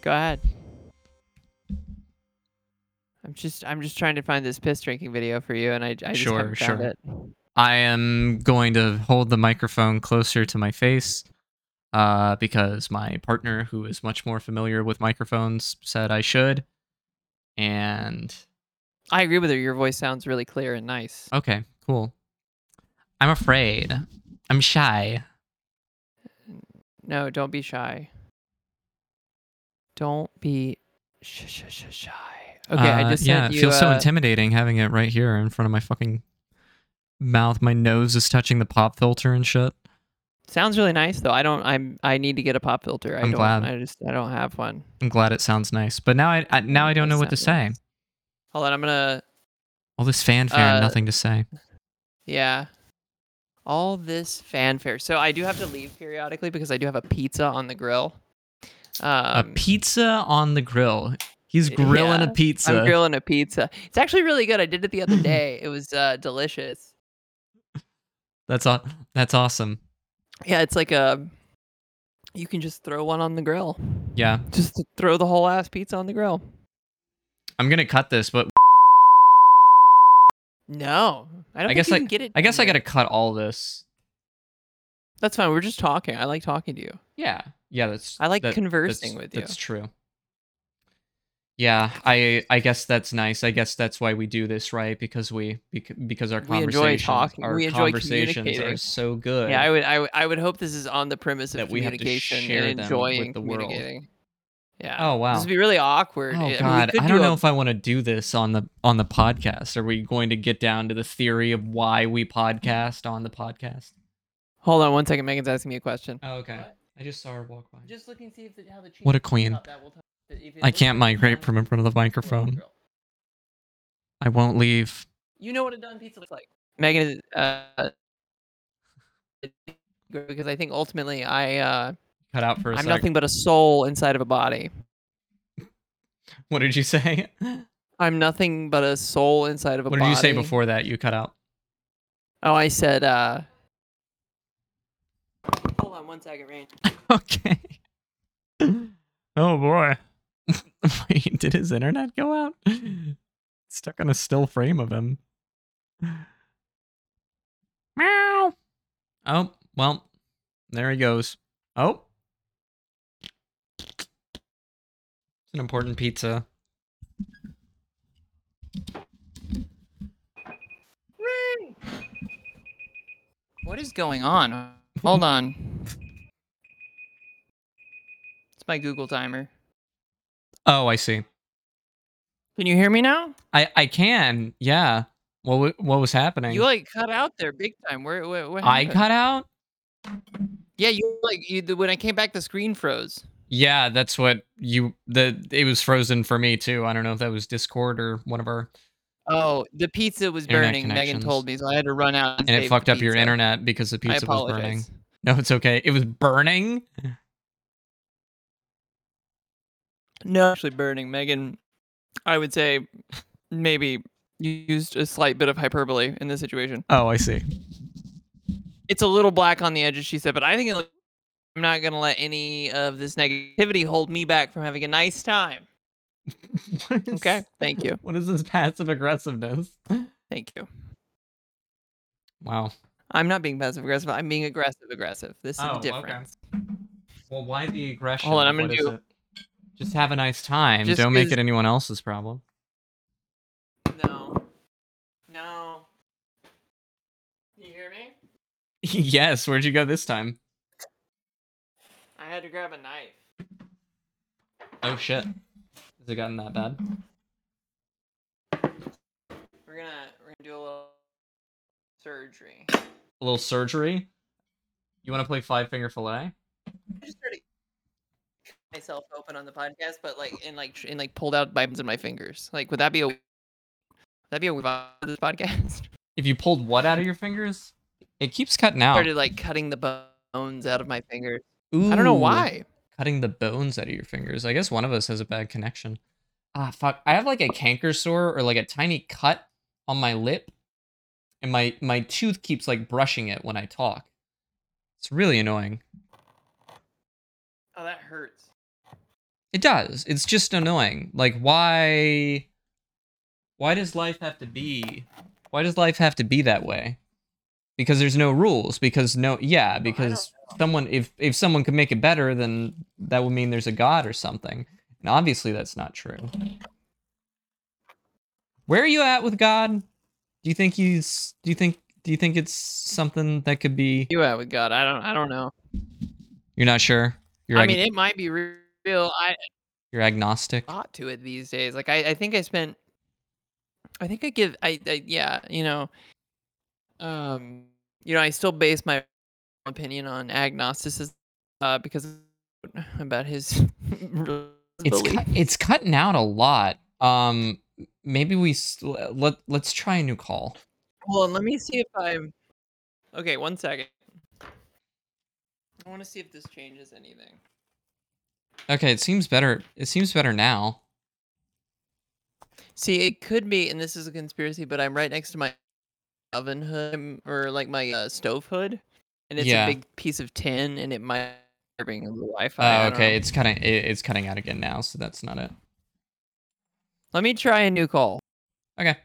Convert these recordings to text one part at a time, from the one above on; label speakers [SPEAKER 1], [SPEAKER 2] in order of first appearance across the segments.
[SPEAKER 1] Go ahead. I'm just I'm just trying to find this piss drinking video for you, and I, I just
[SPEAKER 2] Sure,
[SPEAKER 1] haven't found
[SPEAKER 2] sure.
[SPEAKER 1] it.
[SPEAKER 2] I am going to hold the microphone closer to my face uh, because my partner, who is much more familiar with microphones, said I should. And
[SPEAKER 1] I agree with her. Your voice sounds really clear and nice.
[SPEAKER 2] okay, cool. I'm afraid. I'm shy.
[SPEAKER 1] No, don't be shy. Don't be sh- sh- sh- shy. Okay, I
[SPEAKER 2] Uh,
[SPEAKER 1] just
[SPEAKER 2] yeah.
[SPEAKER 1] sent
[SPEAKER 2] It
[SPEAKER 1] you.
[SPEAKER 2] feels so
[SPEAKER 1] uh,
[SPEAKER 2] intimidating having it right here in front of my fucking mouth. My nose is touching the pop filter and shit.
[SPEAKER 1] sounds really nice though. I don't. I'm. I need to get a pop filter. I
[SPEAKER 2] I'm
[SPEAKER 1] don't,
[SPEAKER 2] glad.
[SPEAKER 1] I just. I don't have one.
[SPEAKER 2] I'm glad it sounds nice, but now I, I now I don't know what to say.
[SPEAKER 1] Sounds Hold on. I'm gonna.
[SPEAKER 2] All this fanfare, and
[SPEAKER 1] Uh,
[SPEAKER 2] nothing to say.
[SPEAKER 1] Yeah. All this fanfare. So I do have to leave periodically because I do have a pizza on the grill.
[SPEAKER 2] a
[SPEAKER 1] Um,
[SPEAKER 2] pizza on the grill. He's
[SPEAKER 1] yeah,
[SPEAKER 2] grilling a
[SPEAKER 1] I'm
[SPEAKER 2] pizza.
[SPEAKER 1] I'm grilling a pizza. It's actually really good. I did it the other day. It was uh, delicious.
[SPEAKER 2] that's aw- that's awesome.
[SPEAKER 1] Yeah, it's like a. You can just throw one on the grill.
[SPEAKER 2] Yeah,
[SPEAKER 1] Just to throw the whole ass pizza on the grill.
[SPEAKER 2] I'm gonna cut this, but
[SPEAKER 1] No, I don't.
[SPEAKER 2] I
[SPEAKER 1] think
[SPEAKER 2] guess
[SPEAKER 1] you
[SPEAKER 2] I
[SPEAKER 1] can get it.
[SPEAKER 2] I guess I
[SPEAKER 1] in there.
[SPEAKER 2] gotta cut all this.
[SPEAKER 1] That's fine. We're just talking. I like talking to you.
[SPEAKER 2] Yeah, yeah, that's.
[SPEAKER 1] I like
[SPEAKER 2] that-
[SPEAKER 1] conversing
[SPEAKER 2] that's-
[SPEAKER 1] with you.
[SPEAKER 2] That's true. Yeah, I I guess that's nice. I guess that's why we do this, right? Because we bec- because our
[SPEAKER 1] We enjoy
[SPEAKER 2] conversations
[SPEAKER 1] talking-
[SPEAKER 2] our
[SPEAKER 1] we enjoy
[SPEAKER 2] conversations are
[SPEAKER 1] communicating.
[SPEAKER 2] so good.
[SPEAKER 1] Yeah, I would, I would. I would hope this is on the premise of
[SPEAKER 2] That we have to
[SPEAKER 1] communication
[SPEAKER 2] share them
[SPEAKER 1] and
[SPEAKER 2] with
[SPEAKER 1] enjoying
[SPEAKER 2] the world.
[SPEAKER 1] communicating. Yeah.
[SPEAKER 2] oh wow.
[SPEAKER 1] This would be really awkward. I mean,
[SPEAKER 2] Oh
[SPEAKER 1] we
[SPEAKER 2] God,
[SPEAKER 1] could
[SPEAKER 2] I don't
[SPEAKER 1] do a-
[SPEAKER 2] know if I want to do this on the on the podcast. Are we going to get down to the theory of why we podcast on the podcast?
[SPEAKER 1] Hold on one second. Megan's asking me a question.
[SPEAKER 2] Oh, okay. I just saw her walk by.
[SPEAKER 1] Just looking to see if the, how the
[SPEAKER 2] What a queen! I can't migrate from in front of the microphone. I won't leave.
[SPEAKER 1] You know what a done pizza looks like. Megan is uh, because I think ultimately I uh,
[SPEAKER 2] Cut out for a
[SPEAKER 1] I'm
[SPEAKER 2] second.
[SPEAKER 1] nothing but a soul inside of a body.
[SPEAKER 2] What did you say?
[SPEAKER 1] I'm nothing but a soul inside of a
[SPEAKER 2] What
[SPEAKER 1] body.
[SPEAKER 2] did you say before that? You cut out.
[SPEAKER 1] Oh, I said. uh Hold on one second, Rain.
[SPEAKER 2] Okay. oh boy. Wait, did his internet go out? Stuck on a still frame of him. Meow. Oh, well, there he goes. Oh. It's an important pizza.
[SPEAKER 1] What is going on? Hold on. It's my Google timer.
[SPEAKER 2] Oh, I see.
[SPEAKER 1] Can you hear me now?
[SPEAKER 2] I I can. Yeah. What wa- what was happening?
[SPEAKER 1] You like cut out there big time. Where, where, what
[SPEAKER 2] I
[SPEAKER 1] happened?
[SPEAKER 2] cut out?
[SPEAKER 1] Yeah, you like you, the- when I came back, the screen froze.
[SPEAKER 2] Yeah, that's what you the it was frozen for me too. I don't know if that was Discord or one of our
[SPEAKER 1] Oh, the pizza was
[SPEAKER 2] Internet
[SPEAKER 1] burning. Megan
[SPEAKER 2] connections.
[SPEAKER 1] told me, so I had to run out. And,
[SPEAKER 2] and
[SPEAKER 1] save
[SPEAKER 2] it fucked
[SPEAKER 1] the
[SPEAKER 2] up your
[SPEAKER 1] pizza.
[SPEAKER 2] internet because the
[SPEAKER 1] I
[SPEAKER 2] pizza was
[SPEAKER 1] apologize.
[SPEAKER 2] burning. No, it's okay. It was burning.
[SPEAKER 1] No, actually burning. Megan, I would say, maybe used a slight bit of hyperbole in this situation.
[SPEAKER 2] Oh, I see.
[SPEAKER 1] It's a little black on the edges, she said, but I think it, look- I'm not gonna let any of this negativity hold me back from having a nice time.
[SPEAKER 2] What is-
[SPEAKER 1] Okay, thank you,
[SPEAKER 2] What is this passive aggressiveness?
[SPEAKER 1] thank you.
[SPEAKER 2] Wow.
[SPEAKER 1] I'm not being passive aggressive. I'm being aggressive aggressive. This is
[SPEAKER 2] Oh,
[SPEAKER 1] the
[SPEAKER 2] okay.
[SPEAKER 1] difference.
[SPEAKER 2] Well, why the aggression?
[SPEAKER 1] Hold on, I'm gonna
[SPEAKER 2] What is
[SPEAKER 1] do-
[SPEAKER 2] it? Just have a nice time.
[SPEAKER 1] Just
[SPEAKER 2] don't make
[SPEAKER 1] is-
[SPEAKER 2] it anyone else's problem.
[SPEAKER 1] No, no. You hear me?
[SPEAKER 2] yes. Where'd you go this time?
[SPEAKER 1] I had to grab a knife.
[SPEAKER 2] Oh shit. Has it gotten that bad?
[SPEAKER 1] We're gonna we're gonna do a little surgery.
[SPEAKER 2] A little surgery. You want to play Five Finger Fillet?
[SPEAKER 1] I just started myself open on the podcast, but like and like tr- and like pulled out my in my fingers. Like, would that be a would that be a vibe of this podcast?
[SPEAKER 2] If you pulled what out of your fingers? It keeps cutting out.
[SPEAKER 1] started like cutting the bo- bones out of my fingers. I don't know
[SPEAKER 2] Ooh.
[SPEAKER 1] why.
[SPEAKER 2] cutting the bones out of your fingers. I guess one of us has a bad connection. Ah, fuck. I have like a canker sore or like a tiny cut on my lip, and my my tooth keeps like brushing it when I talk. It's really annoying.
[SPEAKER 1] Oh, that hurts.
[SPEAKER 2] It does. It's just annoying. Like why why does life have to be why does life have to be that way? Because there's no rules, because no yeah,
[SPEAKER 1] don't
[SPEAKER 2] because someone if if someone could make it better then that would mean there's a god or something. And obviously that's not true. Where are you at with God? Do you think he's do you think do you think it's something that could be
[SPEAKER 1] You at with oh God? I don't. I don't know.
[SPEAKER 2] you're not sure? You're
[SPEAKER 1] I
[SPEAKER 2] ag-
[SPEAKER 1] mean, it might be re- real. I
[SPEAKER 2] you're agnostic.
[SPEAKER 1] thought to it these days. Like I, I think I spent. I think I give. I, I yeah. You know. Um. You know, I still base my opinion on agnosticism uh, because about his.
[SPEAKER 2] it's
[SPEAKER 1] belief.
[SPEAKER 2] cut, it's cutting out a lot. Um, maybe we s- let let's try a new call.
[SPEAKER 1] Well, let me see if I'm. Okay, one second. I want to see if this changes anything.
[SPEAKER 2] Okay, it seems better. It seems better now.
[SPEAKER 1] See, it could be, and this is a conspiracy, but I'm right next to my oven hood um, or like my uh, stove hood, and it's
[SPEAKER 2] Yeah.
[SPEAKER 1] a big piece of tin, and it might be disturbing the Wi-Fi. I
[SPEAKER 2] Oh,
[SPEAKER 1] don't
[SPEAKER 2] okay,
[SPEAKER 1] know.
[SPEAKER 2] it's cutting it, it's cutting out again now. So that's not it.
[SPEAKER 1] Let me try a new call.
[SPEAKER 2] Okay.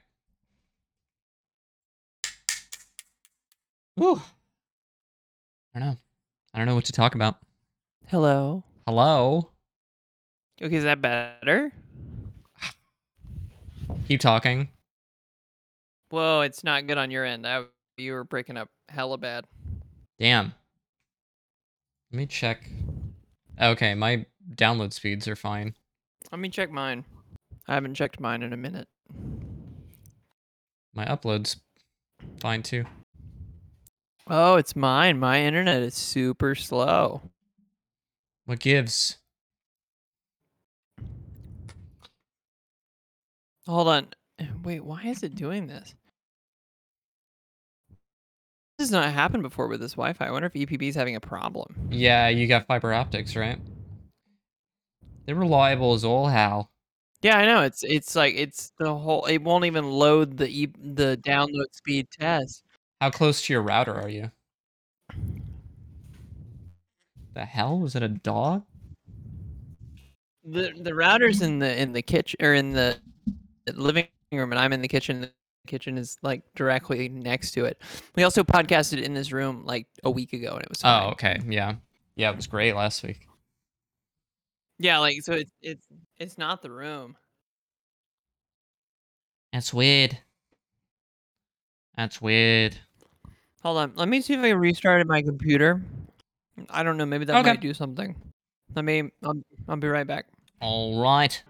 [SPEAKER 2] Whew. I don't know. I don't know what to talk about.
[SPEAKER 1] Hello.
[SPEAKER 2] Hello.
[SPEAKER 1] Okay, is that better?
[SPEAKER 2] Keep talking.
[SPEAKER 1] Whoa, it's not good on your end. I, you were breaking up hella bad.
[SPEAKER 2] Damn. Let me check. Okay, my download speeds are fine.
[SPEAKER 1] Let me check mine. I haven't checked mine in a minute.
[SPEAKER 2] My uploads fine too.
[SPEAKER 1] Oh, it's mine. My internet is super slow.
[SPEAKER 2] What gives?
[SPEAKER 1] Hold on. Wait, why is it doing this? This has not happened before with this Wi Fi. I wonder if EPB is having a problem.
[SPEAKER 2] Yeah, you got fiber optics, right? They're reliable as all hell.
[SPEAKER 1] Yeah, I know. It's it's like it's the whole. It won't even load the e- the download speed test.
[SPEAKER 2] How close to your router are you? The hell was it a dog?
[SPEAKER 1] the The router's in the in the kitchen or in the living room, and I'm in the kitchen. The kitchen is like directly next to it. We also podcasted in this room like a week ago, and it was fine.
[SPEAKER 2] Oh, okay, yeah, yeah, it was great last week.
[SPEAKER 1] yeah, like so. It's it's it's not the room.
[SPEAKER 2] That's weird. That's weird.
[SPEAKER 1] Hold on. Let me see if I restarted my computer. I don't know. Maybe that
[SPEAKER 2] Okay.
[SPEAKER 1] might do something. Let me. I'll, I'll be right back.
[SPEAKER 2] All right.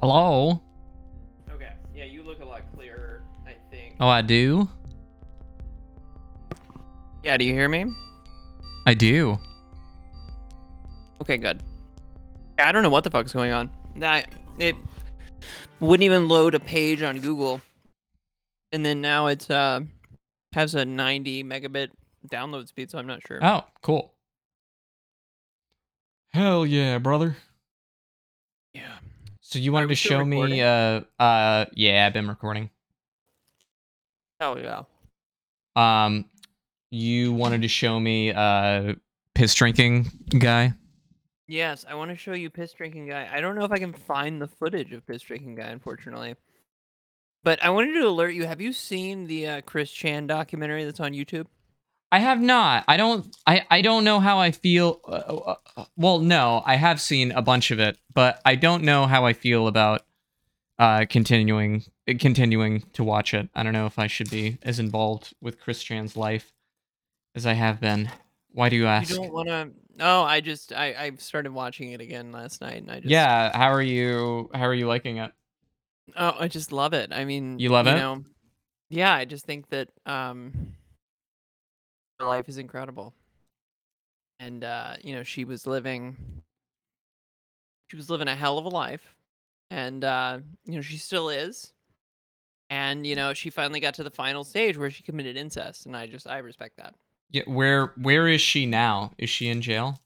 [SPEAKER 2] Hello.
[SPEAKER 1] Okay. Yeah, you look a lot clearer. I think.
[SPEAKER 2] Oh, I do.
[SPEAKER 1] Yeah. Do you hear me?
[SPEAKER 2] I do.
[SPEAKER 1] Okay. Good. Yeah, I don't know what the fuck's going on. That it wouldn't even load a page on Google, and then now it's uh has a 90 megabit download speed. So I'm not sure.
[SPEAKER 2] Oh, cool. Hell yeah, brother.
[SPEAKER 1] yeah.
[SPEAKER 2] So you wanted
[SPEAKER 1] we
[SPEAKER 2] to
[SPEAKER 1] still
[SPEAKER 2] show me
[SPEAKER 1] recording?
[SPEAKER 2] uh uh yeah, I've been recording.
[SPEAKER 1] Oh yeah.
[SPEAKER 2] Um you wanted to show me uh piss drinking guy.
[SPEAKER 1] Yes, I want to show you piss drinking guy. I don't know if I can find the footage of piss drinking guy, unfortunately. But I wanted to alert you. Have you seen the uh, Chris Chan documentary that's on YouTube?
[SPEAKER 2] I have not. I don't I I don't know how I feel uh, uh, uh, well, no, I have seen a bunch of it, but I don't know how I feel about uh continuing uh, continuing to watch it. I don't know if I should be as involved with Chris Chan's life as I have been. Why do you ask?
[SPEAKER 1] You don't want to. No, I just I I started watching it again last night, and I just
[SPEAKER 2] yeah, how are you how are you liking it?
[SPEAKER 1] Oh, I just love it. I mean,
[SPEAKER 2] You love it?
[SPEAKER 1] Know, yeah, I just think that um, her life is incredible, and uh, you know, she was living, she was living a hell of a life, and uh, you know, she still is, and you know, she finally got to the final stage where she committed incest, and I just I respect that.
[SPEAKER 2] Yeah, where where is she now? Is she in jail?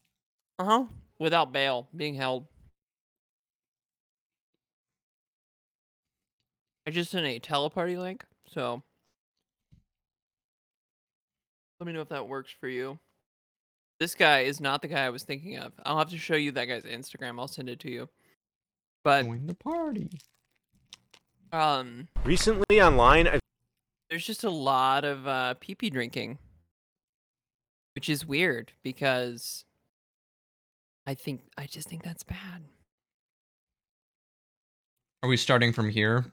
[SPEAKER 1] Uh huh. without bail being held. I just sent a teleparty link, so let me know if that works for you. This guy is not the guy I was thinking of. I'll have to show you that guy's Instagram. I'll send it to you. But
[SPEAKER 2] Join the party.
[SPEAKER 1] um
[SPEAKER 3] Recently online, I've
[SPEAKER 1] there's just a lot of uh pee pee drinking which is weird because i think i just think that's bad
[SPEAKER 2] Are we starting from here?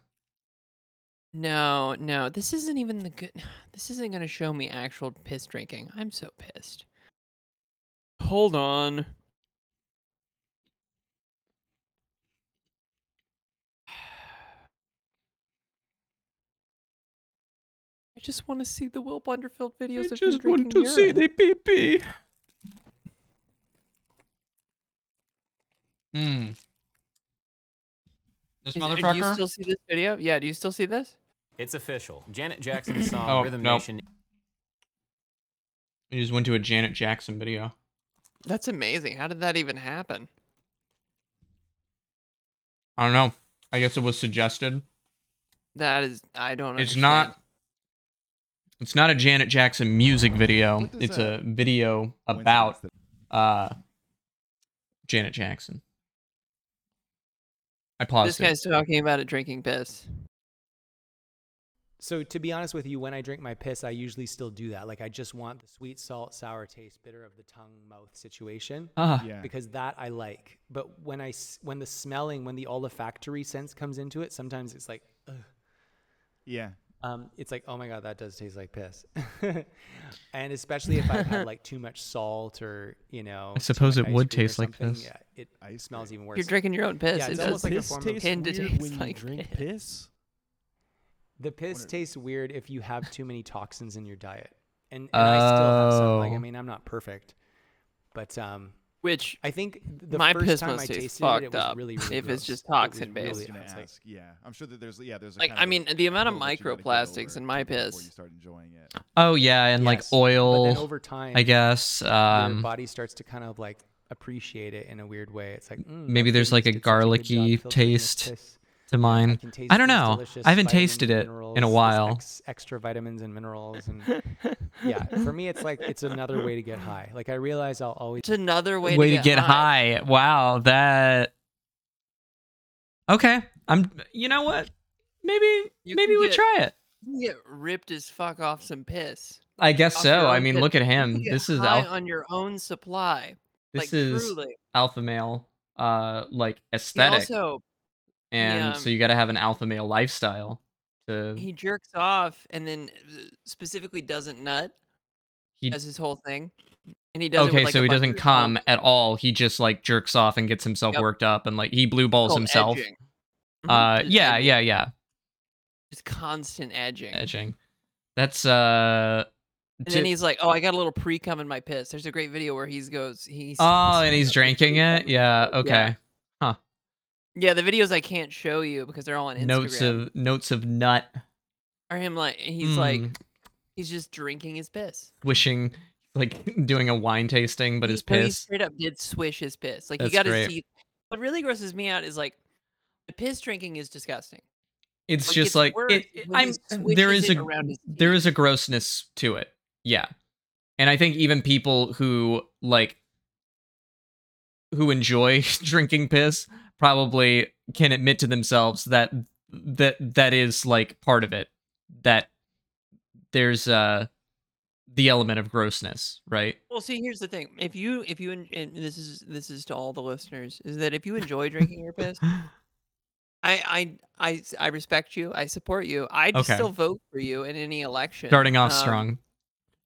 [SPEAKER 1] no no this isn't even the good this isn't going to show me actual piss drinking i'm so pissed hold on I just want to see the Will Blunderfield videos of him drinking urine.
[SPEAKER 2] pee pee. Hmm. This
[SPEAKER 1] Is- uh, Do you
[SPEAKER 2] motherfucker.
[SPEAKER 1] still see this video? Yeah, do you still see this?
[SPEAKER 4] It's official. Janet Jackson's song
[SPEAKER 2] Oh,
[SPEAKER 4] Rhythm
[SPEAKER 2] nope.
[SPEAKER 4] Nation
[SPEAKER 2] He just went to a Janet Jackson video.
[SPEAKER 1] That's amazing. How did that even happen?
[SPEAKER 2] I don't know. I guess it was suggested.
[SPEAKER 1] That is, I don't.
[SPEAKER 2] It's
[SPEAKER 1] understand.
[SPEAKER 2] not. It's not a Janet Jackson music video.
[SPEAKER 5] What does
[SPEAKER 2] It's
[SPEAKER 5] that-
[SPEAKER 2] a video
[SPEAKER 5] coincidence
[SPEAKER 2] about
[SPEAKER 5] that-
[SPEAKER 2] uh Janet Jackson. I paused
[SPEAKER 1] This
[SPEAKER 2] it.
[SPEAKER 1] guy's talking about it drinking piss.
[SPEAKER 6] So to be honest with you, when I drink my piss, I usually still do that. Like I just want the sweet, salt, sour taste, bitter of the tongue, mouth situation
[SPEAKER 2] Ah,
[SPEAKER 5] yeah.
[SPEAKER 6] because that I like. But when I s- when the smelling, when the olfactory sense comes into it, sometimes it's like, ugh.
[SPEAKER 5] yeah.
[SPEAKER 6] um, it's like, oh my god, that does taste like piss. and especially if I've had like too much salt or you know,
[SPEAKER 2] I suppose
[SPEAKER 6] too much
[SPEAKER 2] it
[SPEAKER 6] ice
[SPEAKER 2] would
[SPEAKER 6] cream or
[SPEAKER 2] taste like
[SPEAKER 6] something,
[SPEAKER 2] piss.
[SPEAKER 6] Yeah, it
[SPEAKER 5] Ice
[SPEAKER 6] smells
[SPEAKER 5] cream.
[SPEAKER 6] even worse.
[SPEAKER 1] You're drinking your own piss.
[SPEAKER 6] Yeah,
[SPEAKER 1] it
[SPEAKER 6] it's
[SPEAKER 1] does.
[SPEAKER 6] almost like a
[SPEAKER 5] piss
[SPEAKER 6] form of-
[SPEAKER 5] tastes
[SPEAKER 1] Tend to
[SPEAKER 5] weird
[SPEAKER 1] taste
[SPEAKER 5] when you
[SPEAKER 1] like
[SPEAKER 5] drink
[SPEAKER 1] piss.
[SPEAKER 5] piss.
[SPEAKER 6] The piss
[SPEAKER 5] Wonder-
[SPEAKER 6] tastes weird if you have too many toxins in your diet. And, and I still have some. Like,
[SPEAKER 2] Oh.
[SPEAKER 6] I mean, I'm not perfect, but um,
[SPEAKER 1] Which
[SPEAKER 6] I think the
[SPEAKER 1] My
[SPEAKER 6] first
[SPEAKER 1] piss
[SPEAKER 6] time
[SPEAKER 1] must
[SPEAKER 6] I
[SPEAKER 1] taste
[SPEAKER 6] tasted it, it
[SPEAKER 1] fucked
[SPEAKER 6] was
[SPEAKER 1] up
[SPEAKER 6] really, really
[SPEAKER 1] if it's
[SPEAKER 6] gross.
[SPEAKER 1] just
[SPEAKER 6] It was
[SPEAKER 1] toxin
[SPEAKER 5] I was
[SPEAKER 1] based.
[SPEAKER 6] really-
[SPEAKER 5] gonna
[SPEAKER 6] I was like,
[SPEAKER 5] ask, yeah, I'm sure that there's yeah there's a
[SPEAKER 1] Like,
[SPEAKER 5] kind
[SPEAKER 1] I
[SPEAKER 5] of a
[SPEAKER 1] mean, the amount of
[SPEAKER 5] hurdle that you gotta get
[SPEAKER 1] microplastics
[SPEAKER 5] over
[SPEAKER 1] in my
[SPEAKER 5] to get before
[SPEAKER 1] piss.
[SPEAKER 5] You start enjoying it.
[SPEAKER 2] Oh yeah, and
[SPEAKER 6] Yes,
[SPEAKER 2] like
[SPEAKER 6] but But then
[SPEAKER 2] oil,
[SPEAKER 6] over time,
[SPEAKER 2] I guess.
[SPEAKER 6] your
[SPEAKER 2] Um,
[SPEAKER 6] body starts to kind of like appreciate it in a weird way. It's like mm,
[SPEAKER 2] maybe
[SPEAKER 6] our
[SPEAKER 2] there's, like,
[SPEAKER 6] kidneys
[SPEAKER 2] a
[SPEAKER 6] did such good job
[SPEAKER 2] garlicky
[SPEAKER 6] filtering this
[SPEAKER 2] taste
[SPEAKER 6] piss.
[SPEAKER 2] to
[SPEAKER 6] I,
[SPEAKER 2] mine.
[SPEAKER 6] can taste
[SPEAKER 2] I don't
[SPEAKER 6] these
[SPEAKER 2] know. I
[SPEAKER 6] delicious
[SPEAKER 2] haven't
[SPEAKER 6] vitamins,
[SPEAKER 2] tasted it in a
[SPEAKER 6] minerals, this
[SPEAKER 2] while.
[SPEAKER 6] ex- extra vitamins and minerals, and yeah, for me, it's like it's another way to get high. Like I realize I'll always.
[SPEAKER 1] It's another way,
[SPEAKER 2] way, to get, high. Wow, that. Okay, I'm. You know what? Maybe
[SPEAKER 1] You
[SPEAKER 2] maybe
[SPEAKER 1] can
[SPEAKER 2] we
[SPEAKER 1] get-
[SPEAKER 2] try it.
[SPEAKER 1] You get ripped as fuck off some piss.
[SPEAKER 2] I guess
[SPEAKER 1] off
[SPEAKER 2] so.
[SPEAKER 1] your
[SPEAKER 2] I
[SPEAKER 1] own
[SPEAKER 2] mean,
[SPEAKER 1] piss.
[SPEAKER 2] look at
[SPEAKER 1] You
[SPEAKER 2] him.
[SPEAKER 1] get
[SPEAKER 2] This is
[SPEAKER 1] high
[SPEAKER 2] al-
[SPEAKER 1] on your own supply.
[SPEAKER 2] this
[SPEAKER 1] like,
[SPEAKER 2] is
[SPEAKER 1] truly.
[SPEAKER 2] alpha male. Uh, like
[SPEAKER 1] He
[SPEAKER 2] aesthetic,
[SPEAKER 1] also
[SPEAKER 2] and
[SPEAKER 1] yeah.
[SPEAKER 2] so you got to have an alpha male lifestyle. To
[SPEAKER 1] he jerks off and then uh, specifically doesn't nut.
[SPEAKER 2] He-
[SPEAKER 1] does his whole thing, and he does. it
[SPEAKER 2] okay,
[SPEAKER 1] with, like,
[SPEAKER 2] so
[SPEAKER 1] a
[SPEAKER 2] he
[SPEAKER 1] bunch
[SPEAKER 2] doesn't
[SPEAKER 1] of songs.
[SPEAKER 2] come at all. He just like jerks off and gets himself
[SPEAKER 1] Yep.
[SPEAKER 2] worked up, and like he blue balls
[SPEAKER 1] called
[SPEAKER 2] himself.
[SPEAKER 1] edging. Mhm,
[SPEAKER 2] Uh,
[SPEAKER 1] it's
[SPEAKER 2] yeah,
[SPEAKER 1] edging.
[SPEAKER 2] yeah, yeah.
[SPEAKER 1] It's constant edging.
[SPEAKER 2] Edging. That's uh.
[SPEAKER 1] And then
[SPEAKER 2] di-
[SPEAKER 1] he's like, "Oh, I got a little pre cum in my piss." There's a great video where he goes, "He's
[SPEAKER 2] Oh, and he's drinking it. Yeah.
[SPEAKER 1] Yeah.
[SPEAKER 2] Okay.
[SPEAKER 1] yeah." The videos I can't show you because they're all on Instagram.
[SPEAKER 2] Notes of notes of nut.
[SPEAKER 1] or him like he's like
[SPEAKER 2] Mm.
[SPEAKER 1] he's just drinking his piss.
[SPEAKER 2] wishing, like doing a wine tasting, but
[SPEAKER 1] He-
[SPEAKER 2] his
[SPEAKER 1] no, He
[SPEAKER 2] piss.
[SPEAKER 1] straight up did swish his piss. Like
[SPEAKER 2] That's
[SPEAKER 1] you got to
[SPEAKER 2] great.
[SPEAKER 1] see. What really grosses me out is like the piss drinking is disgusting.
[SPEAKER 2] It's
[SPEAKER 1] Like,
[SPEAKER 2] just
[SPEAKER 1] it's
[SPEAKER 2] like
[SPEAKER 1] worse
[SPEAKER 2] it, it-
[SPEAKER 1] when
[SPEAKER 2] I'm. uh,
[SPEAKER 1] he
[SPEAKER 2] There
[SPEAKER 1] swishes
[SPEAKER 2] is
[SPEAKER 1] it
[SPEAKER 2] a
[SPEAKER 1] around his
[SPEAKER 2] there is a grossness to it. Yeah, and I think even people who like who enjoy drinking piss probably can admit to themselves that that that is like part of it. That there's uh the element of grossness, right?
[SPEAKER 1] Well, see, here's the thing: if you if you en- and this is this is to all the listeners, is that if you enjoy drinking your piss, I I I s- I respect you, I support you, I just
[SPEAKER 2] Okay.
[SPEAKER 1] still vote for you in any election.
[SPEAKER 2] Starting off
[SPEAKER 1] Um,
[SPEAKER 2] strong,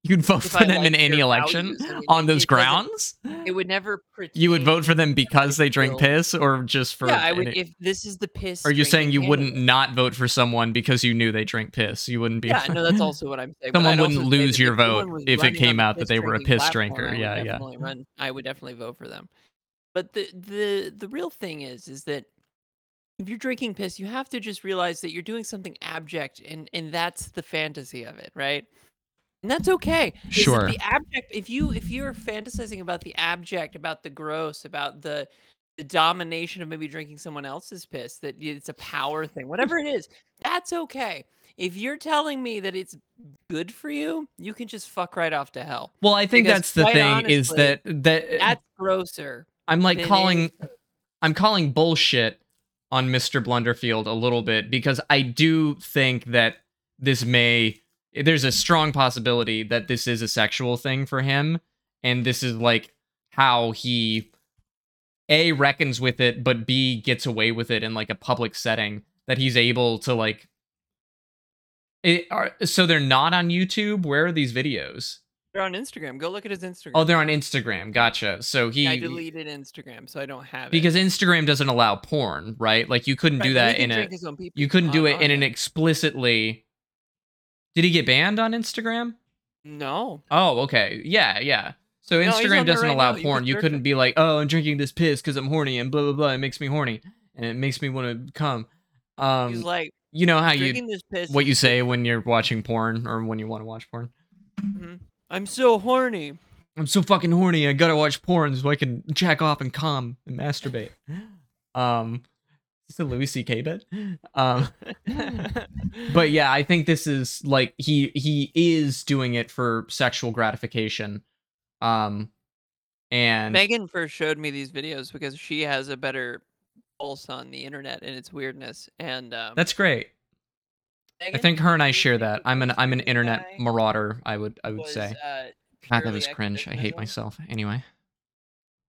[SPEAKER 2] you'd vote
[SPEAKER 1] if
[SPEAKER 2] for
[SPEAKER 1] I
[SPEAKER 2] them in
[SPEAKER 1] liked
[SPEAKER 2] any
[SPEAKER 1] your
[SPEAKER 2] election
[SPEAKER 1] values, I mean,
[SPEAKER 2] on
[SPEAKER 1] it-
[SPEAKER 2] those
[SPEAKER 1] it doesn't-
[SPEAKER 2] grounds.
[SPEAKER 1] It would never.
[SPEAKER 2] You would vote for
[SPEAKER 1] pertain
[SPEAKER 2] them because they drink
[SPEAKER 1] feel-
[SPEAKER 2] piss, or just for?
[SPEAKER 1] yeah, I would.
[SPEAKER 2] any-
[SPEAKER 1] If this is the piss,
[SPEAKER 2] are you saying
[SPEAKER 1] drinking
[SPEAKER 2] you
[SPEAKER 1] candidate.
[SPEAKER 2] wouldn't not vote for someone because you knew they drink piss? You wouldn't be.
[SPEAKER 1] Yeah, no, that's also what I'm saying. but
[SPEAKER 2] Someone
[SPEAKER 1] I'd also
[SPEAKER 2] wouldn't
[SPEAKER 1] say
[SPEAKER 2] lose
[SPEAKER 1] that
[SPEAKER 2] your
[SPEAKER 1] if someone
[SPEAKER 2] vote
[SPEAKER 1] was
[SPEAKER 2] if it
[SPEAKER 1] running on
[SPEAKER 2] came
[SPEAKER 1] the
[SPEAKER 2] out that they were a
[SPEAKER 1] piss-drinking
[SPEAKER 2] piss
[SPEAKER 1] platform,
[SPEAKER 2] drinker.
[SPEAKER 1] I would
[SPEAKER 2] Yeah, yeah.
[SPEAKER 1] definitely run- I would definitely vote for them. But the the the real thing is is that if you're drinking piss, you have to just realize that you're doing something abject, and and that's the fantasy of it, right? and that's okay. Is that
[SPEAKER 2] Sure.
[SPEAKER 1] the abject. If you if you're fantasizing about the abject, about the gross, about the the domination of maybe drinking someone else's piss, that y- it's a power thing, whatever it is, that's okay. If you're telling me that it's good for you, you can just fuck right off to hell.
[SPEAKER 2] Well, I think
[SPEAKER 1] Because
[SPEAKER 2] that's the
[SPEAKER 1] quite
[SPEAKER 2] thing is
[SPEAKER 1] honestly,
[SPEAKER 2] that that
[SPEAKER 1] That's grosser.
[SPEAKER 2] I'm like
[SPEAKER 1] than
[SPEAKER 2] calling I'm calling bullshit on Mr. Blunderfield a little bit because I do think that this may there's a strong possibility that this is a sexual thing for him and this is like how he a reckons with it but b gets away with it in like a public setting that he's able to like it, are, so they're not on YouTube. Where are these videos?
[SPEAKER 1] They're on Instagram. Go look at his Instagram.
[SPEAKER 2] Oh, they're on Instagram. Gotcha. So he
[SPEAKER 1] Yeah, I deleted Instagram, so I don't have it.
[SPEAKER 2] because Instagram doesn't allow porn, right? Like you couldn't
[SPEAKER 1] Right,
[SPEAKER 2] do
[SPEAKER 1] but he
[SPEAKER 2] that
[SPEAKER 1] can
[SPEAKER 2] in a
[SPEAKER 1] drink his own Uh-huh. pee-pee
[SPEAKER 2] you couldn't do
[SPEAKER 1] on-
[SPEAKER 2] it
[SPEAKER 1] on
[SPEAKER 2] in an explicitly. Did he get banned on Instagram?
[SPEAKER 1] No,
[SPEAKER 2] Oh, okay, yeah, yeah. So
[SPEAKER 1] No, he's on
[SPEAKER 2] Instagram
[SPEAKER 1] there
[SPEAKER 2] doesn't
[SPEAKER 1] right
[SPEAKER 2] allow
[SPEAKER 1] now. You can
[SPEAKER 2] porn. You
[SPEAKER 1] search
[SPEAKER 2] couldn't
[SPEAKER 1] it.
[SPEAKER 2] be like, oh, I'm drinking this piss because I'm horny and blah blah blah. It makes me horny and it makes me want to come.
[SPEAKER 1] he's
[SPEAKER 2] Um,
[SPEAKER 1] like
[SPEAKER 2] you know how you
[SPEAKER 1] drinking this piss.
[SPEAKER 2] what you say when you're watching porn or when you want to watch porn.
[SPEAKER 1] Mhm. I'm so horny.
[SPEAKER 2] I'm so fucking horny. I gotta watch porn so I can jack off and calm and masturbate. Um, is this a Louis C.K. bit? Um, but yeah, I think this is like he he is doing it for sexual gratification. Um, and
[SPEAKER 1] Megan first showed me these videos because she has a better pulse on the internet and its weirdness. And um,
[SPEAKER 2] that's great. I
[SPEAKER 1] Megan,
[SPEAKER 2] think her and I
[SPEAKER 1] who
[SPEAKER 2] share
[SPEAKER 1] used to
[SPEAKER 2] that.
[SPEAKER 1] be
[SPEAKER 2] I'm an
[SPEAKER 1] this
[SPEAKER 2] I'm an
[SPEAKER 1] guy
[SPEAKER 2] internet marauder. I would I would
[SPEAKER 1] was,
[SPEAKER 2] say.
[SPEAKER 1] Uh,
[SPEAKER 2] God, that
[SPEAKER 1] purely
[SPEAKER 2] was cringe. I hate
[SPEAKER 1] exhibitionism.
[SPEAKER 2] myself. Anyway,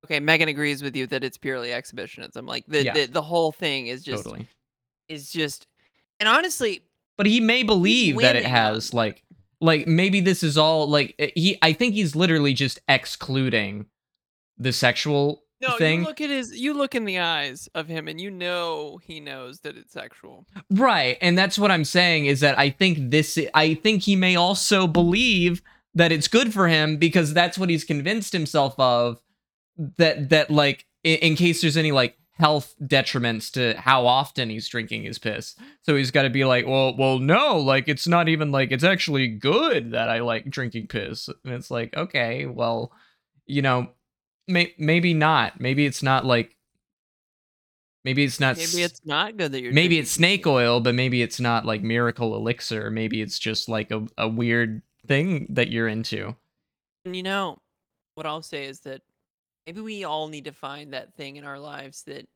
[SPEAKER 1] Okay, Megan agrees with you that it's purely exhibitionism. Like the
[SPEAKER 2] Yeah.
[SPEAKER 1] the, the whole thing is just
[SPEAKER 2] totally.
[SPEAKER 1] is just. And honestly,
[SPEAKER 2] but he may believe that it
[SPEAKER 1] winning on
[SPEAKER 2] has
[SPEAKER 1] that.
[SPEAKER 2] like like maybe this is all like uh, he i think he's literally just excluding the sexual
[SPEAKER 1] no,
[SPEAKER 2] thing
[SPEAKER 1] you look at his, you look in the eyes of him, and you know he knows that it's sexual.
[SPEAKER 2] right and that's what i'm saying is that i think this i- i think he may also believe that it's good for him because that's what he's convinced himself of that that like in, in case there's any like health detriments to how often he's drinking his piss so he's got to be like well well no like it's not even like it's actually good that i like drinking piss and it's like okay well you know may- maybe not maybe it's not like maybe it's not s-
[SPEAKER 1] Maybe it's not good that you're.
[SPEAKER 2] maybe
[SPEAKER 1] drinking
[SPEAKER 2] it's snake oil, but maybe it's not like miracle elixir. Maybe it's just like a, a weird thing that you're into.
[SPEAKER 1] And you know, what I'll say is that maybe we all need to find that thing in our lives that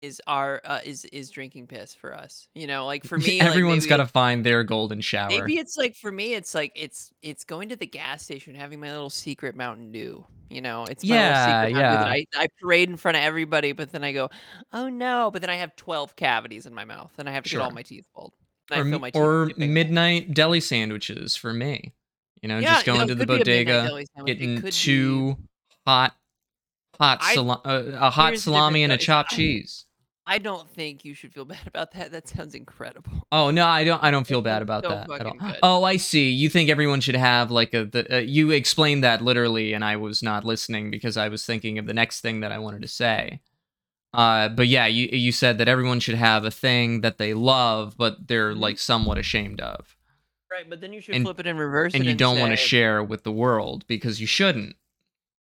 [SPEAKER 1] is our uh, is is drinking piss for us. You know, like for me,
[SPEAKER 2] everyone's
[SPEAKER 1] everyone's
[SPEAKER 2] got to find their golden shower.
[SPEAKER 1] Maybe it's like for me, it's like it's it's going to the gas station, having my little secret Mountain Dew. You know, it's my little
[SPEAKER 2] Yeah,
[SPEAKER 1] secret Mountain Dew that I, I parade in front of everybody, but then I go, oh no! But then I have twelve cavities in my mouth, and I have to get all
[SPEAKER 2] Sure.
[SPEAKER 1] my teeth pulled. and
[SPEAKER 2] or,
[SPEAKER 1] I fill
[SPEAKER 2] m-
[SPEAKER 1] my teeth with
[SPEAKER 2] or
[SPEAKER 1] toothpaste.
[SPEAKER 2] midnight deli sandwiches for me. You know,
[SPEAKER 1] Yeah,
[SPEAKER 2] just
[SPEAKER 1] you know,
[SPEAKER 2] going
[SPEAKER 1] it
[SPEAKER 2] to the
[SPEAKER 1] could be a midnight
[SPEAKER 2] bodega,
[SPEAKER 1] deli sandwich, it
[SPEAKER 2] getting
[SPEAKER 1] could be-
[SPEAKER 2] two hot, hot
[SPEAKER 1] I-
[SPEAKER 2] sala- uh, a hot
[SPEAKER 1] Here's the
[SPEAKER 2] salami and
[SPEAKER 1] difference, though,
[SPEAKER 2] a
[SPEAKER 1] is
[SPEAKER 2] chopped
[SPEAKER 1] I-
[SPEAKER 2] cheese.
[SPEAKER 1] I don't think you should feel bad about that. That sounds incredible.
[SPEAKER 2] Oh no, I don't. I don't feel bad
[SPEAKER 1] sounds
[SPEAKER 2] about
[SPEAKER 1] so
[SPEAKER 2] that at all.
[SPEAKER 1] fucking good.
[SPEAKER 2] Oh, I see. You think everyone should have like a. The, uh, you explained that literally, and I was not listening because I was thinking of the next thing that I wanted to say. Uh, but yeah, you you said that everyone should have a thing that they love, but they're
[SPEAKER 1] Mhm.
[SPEAKER 2] like somewhat ashamed of,
[SPEAKER 1] Right, but then you should
[SPEAKER 2] And-
[SPEAKER 1] flip it and reverse it.
[SPEAKER 2] and you don't want to
[SPEAKER 1] say-
[SPEAKER 2] share with the world because you shouldn't.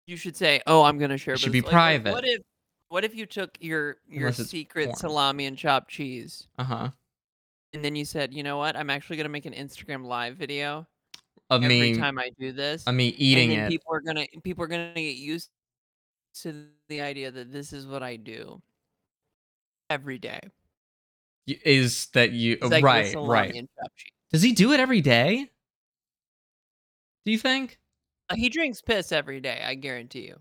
[SPEAKER 1] You should say, "Oh, I'm going to share."
[SPEAKER 2] It should
[SPEAKER 1] but
[SPEAKER 2] be
[SPEAKER 1] it's like, like,
[SPEAKER 2] private.
[SPEAKER 1] What if, what if you took your your
[SPEAKER 2] Unless it's
[SPEAKER 1] secret
[SPEAKER 2] porn.
[SPEAKER 1] salami and chopped cheese,
[SPEAKER 2] Uh huh.
[SPEAKER 1] and then you said, "You know what? I'm actually going to make an Instagram live video
[SPEAKER 2] Of
[SPEAKER 1] every
[SPEAKER 2] me,
[SPEAKER 1] time I do this,
[SPEAKER 2] of me
[SPEAKER 1] and
[SPEAKER 2] eating
[SPEAKER 1] then
[SPEAKER 2] it.
[SPEAKER 1] People are gonna people are gonna get used to the idea that this is what I do every day.
[SPEAKER 2] y- Is that you?
[SPEAKER 1] It's like the
[SPEAKER 2] Uh, right,
[SPEAKER 1] salami
[SPEAKER 2] right.
[SPEAKER 1] and chopped cheese.
[SPEAKER 2] Does he do it every day? Do you think?
[SPEAKER 1] Uh, He drinks piss every day. I guarantee you.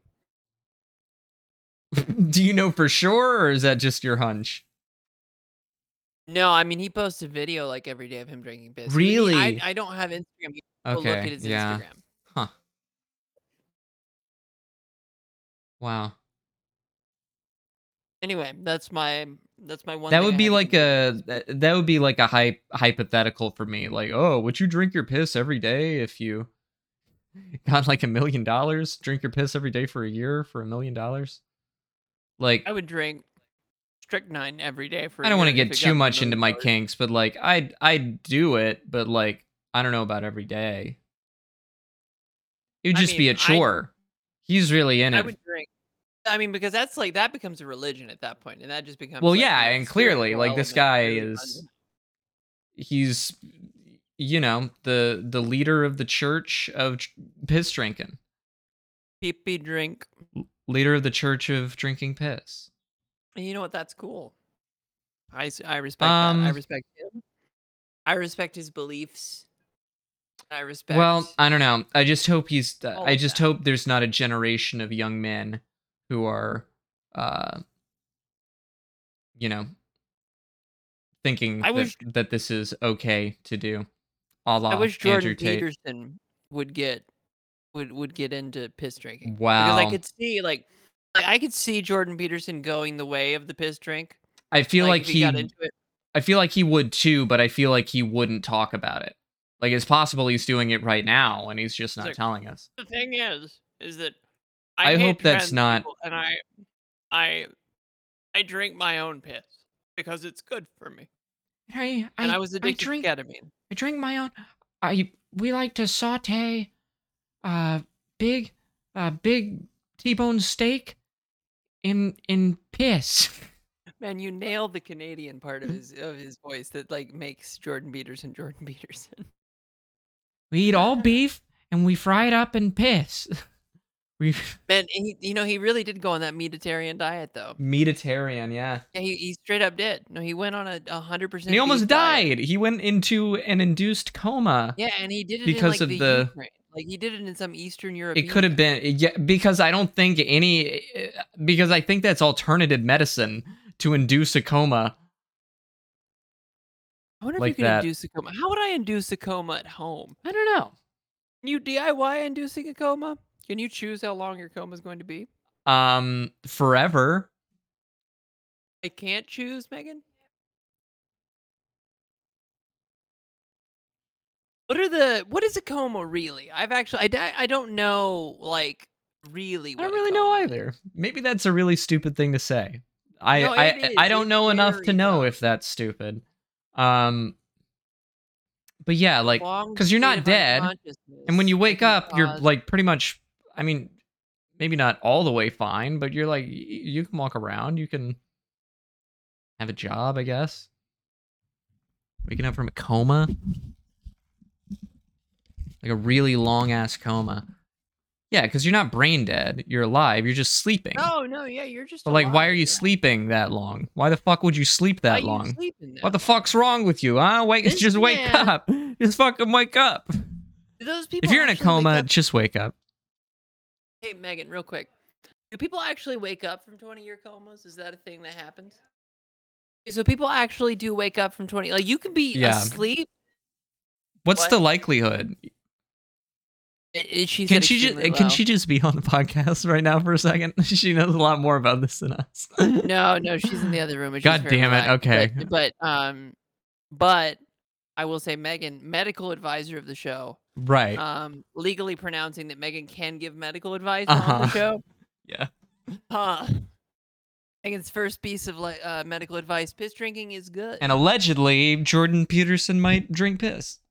[SPEAKER 2] Do you know for sure, or is that just your hunch?
[SPEAKER 1] No, I mean he posts a video like every day of him drinking piss. He-
[SPEAKER 2] Really?
[SPEAKER 1] I, I don't have Instagram. You can go
[SPEAKER 2] Okay.
[SPEAKER 1] look at his
[SPEAKER 2] yeah.
[SPEAKER 1] Instagram.
[SPEAKER 2] Wow.
[SPEAKER 1] Anyway, that's my that's my one.
[SPEAKER 2] That
[SPEAKER 1] thing I
[SPEAKER 2] would be
[SPEAKER 1] had to
[SPEAKER 2] like a
[SPEAKER 1] contribute.
[SPEAKER 2] that, that would be like a hype hypothetical for me. Like, oh, would you drink your piss every day if you got like a million dollars? Drink your piss every day for a year for a million dollars? Like,
[SPEAKER 1] I would drink strychnine every day for.
[SPEAKER 2] I don't want to get too much into my kinks, but like, I I do it, but like, I don't know about every day. It would
[SPEAKER 1] I
[SPEAKER 2] just be
[SPEAKER 1] mean,
[SPEAKER 2] a
[SPEAKER 1] I-
[SPEAKER 2] chore. He's really in
[SPEAKER 1] I
[SPEAKER 2] it.
[SPEAKER 1] would drink. I mean, because that's like that becomes a religion at that point, and that just becomes
[SPEAKER 2] well,
[SPEAKER 1] like,
[SPEAKER 2] yeah,
[SPEAKER 1] you know,
[SPEAKER 2] and clearly,
[SPEAKER 1] spiritual
[SPEAKER 2] like this
[SPEAKER 1] element
[SPEAKER 2] guy
[SPEAKER 1] really
[SPEAKER 2] is he's you know, the the leader of the church of ch- piss drinking.
[SPEAKER 1] under- pee drink.
[SPEAKER 2] Leader of the church of drinking piss.
[SPEAKER 1] And you know what? That's cool. I s- I respect that. I
[SPEAKER 2] Um,
[SPEAKER 1] respect him. I respect his beliefs. I respect.
[SPEAKER 2] Well, I don't know. I just hope he's. uh,
[SPEAKER 1] All
[SPEAKER 2] I
[SPEAKER 1] of
[SPEAKER 2] just
[SPEAKER 1] that.
[SPEAKER 2] hope there's not a generation of young men who are, uh, you know, thinking
[SPEAKER 1] I
[SPEAKER 2] that,
[SPEAKER 1] wish-
[SPEAKER 2] that this is okay to do. A la
[SPEAKER 1] I wish Jordan
[SPEAKER 2] ah, Andrew Tate.
[SPEAKER 1] Peterson would get would would get into piss drinking. Because
[SPEAKER 2] Wow.
[SPEAKER 1] I could see like I I could see Jordan Peterson going the way of the piss drink.
[SPEAKER 2] I feel like,
[SPEAKER 1] if
[SPEAKER 2] he.
[SPEAKER 1] got into it.
[SPEAKER 2] I feel like he would too, but I feel like he wouldn't talk about it. Like it's possible he's doing it right now and he's just not
[SPEAKER 1] like,
[SPEAKER 2] telling us.
[SPEAKER 1] The thing is, is that
[SPEAKER 2] I
[SPEAKER 1] hate
[SPEAKER 2] hope that's
[SPEAKER 1] trans
[SPEAKER 2] not-
[SPEAKER 1] people and I I I drink my own piss because it's good for me.
[SPEAKER 2] Hey,
[SPEAKER 1] And I, was addicted to ketamine.
[SPEAKER 2] I drink my own. I we like to saute, uh, big, uh, big T-bone steak, in in piss.
[SPEAKER 1] Man, you nailed the Canadian part of his of his voice that like makes Jordan Peterson Jordan Peterson.
[SPEAKER 2] We eat all beef and we fry it up in piss. We
[SPEAKER 1] Man, and he, you know he really did go on that mediterranean diet though.
[SPEAKER 2] meatitarian, yeah.
[SPEAKER 1] Yeah, he, he straight up did. No, he went on a a hundred percent.
[SPEAKER 2] And he almost
[SPEAKER 1] beef diet.
[SPEAKER 2] died. He went into an induced coma.
[SPEAKER 1] Yeah, and he did it
[SPEAKER 2] because
[SPEAKER 1] in, like,
[SPEAKER 2] of
[SPEAKER 1] the,
[SPEAKER 2] the-
[SPEAKER 1] Ukraine. like he did it in some Eastern Europe.
[SPEAKER 2] It could have been yeah, because I don't think any because I think that's alternative medicine to induce a coma.
[SPEAKER 1] I wonder
[SPEAKER 2] like
[SPEAKER 1] if you can
[SPEAKER 2] that.
[SPEAKER 1] induce a coma. How would I induce a coma at home?
[SPEAKER 2] I don't know.
[SPEAKER 1] Can you DIY inducing a coma? Can you choose how long your coma is going to be?
[SPEAKER 2] Um, forever.
[SPEAKER 1] I can't choose, Megan. What are the what is a coma really? I've actually I, di- I don't know like really.
[SPEAKER 2] I
[SPEAKER 1] What
[SPEAKER 2] don't
[SPEAKER 1] a
[SPEAKER 2] really know
[SPEAKER 1] coma
[SPEAKER 2] either. Maybe that's a really stupid thing to say. I
[SPEAKER 1] No, it
[SPEAKER 2] I,
[SPEAKER 1] is.
[SPEAKER 2] I don't
[SPEAKER 1] It's
[SPEAKER 2] know enough to
[SPEAKER 1] very
[SPEAKER 2] know
[SPEAKER 1] dumb.
[SPEAKER 2] if that's stupid. Um but yeah, like
[SPEAKER 1] Long
[SPEAKER 2] 'cause you're
[SPEAKER 1] state
[SPEAKER 2] not
[SPEAKER 1] of
[SPEAKER 2] dead, and when
[SPEAKER 1] unconsciousness
[SPEAKER 2] you
[SPEAKER 1] that
[SPEAKER 2] wake
[SPEAKER 1] can
[SPEAKER 2] up, you're
[SPEAKER 1] cause-
[SPEAKER 2] like pretty much I mean maybe not all the way fine, but you're like y- you can walk around, you can have a job, I guess. Waking up from a coma. Like a really long ass coma. Yeah, because you're not brain dead. You're alive. You're just sleeping.
[SPEAKER 1] No, no, yeah, you're just
[SPEAKER 2] But like, why are
[SPEAKER 1] alive.
[SPEAKER 2] you sleeping that long? Why the fuck would you sleep
[SPEAKER 1] Why
[SPEAKER 2] that
[SPEAKER 1] you
[SPEAKER 2] long?
[SPEAKER 1] sleeping that
[SPEAKER 2] What the
[SPEAKER 1] long?
[SPEAKER 2] fuck's wrong with you? Huh? Wake,
[SPEAKER 1] This
[SPEAKER 2] just wake
[SPEAKER 1] man-
[SPEAKER 2] up. Just fucking wake up.
[SPEAKER 1] Do those people
[SPEAKER 2] If you're in a
[SPEAKER 1] actually wake
[SPEAKER 2] coma,
[SPEAKER 1] up-
[SPEAKER 2] just wake up.
[SPEAKER 1] hey Megan, real quick, do people actually wake up from 20 year comas? Is that a thing that happens? So people actually do wake up from 20. Like you can be
[SPEAKER 2] Yeah.
[SPEAKER 1] asleep.
[SPEAKER 2] What's
[SPEAKER 1] What?
[SPEAKER 2] the likelihood?
[SPEAKER 1] I- I- she
[SPEAKER 2] Can
[SPEAKER 1] said
[SPEAKER 2] she just
[SPEAKER 1] extremely
[SPEAKER 2] can
[SPEAKER 1] low.
[SPEAKER 2] she just be on the podcast right now for a second? she knows a lot more about this than us.
[SPEAKER 1] No, no, she's in the other room. and she's
[SPEAKER 2] God
[SPEAKER 1] very
[SPEAKER 2] damn it,
[SPEAKER 1] relaxed,
[SPEAKER 2] okay.
[SPEAKER 1] But, but um, but I will say Megan, medical advisor of the show,
[SPEAKER 2] Right.
[SPEAKER 1] um, legally pronouncing that Megan can give medical advice on the
[SPEAKER 2] Uh-huh.
[SPEAKER 1] show.
[SPEAKER 2] Yeah.
[SPEAKER 1] Huh. Megan's first piece of like uh, medical advice: piss drinking is good.
[SPEAKER 2] and allegedly, Jordan Peterson might drink piss.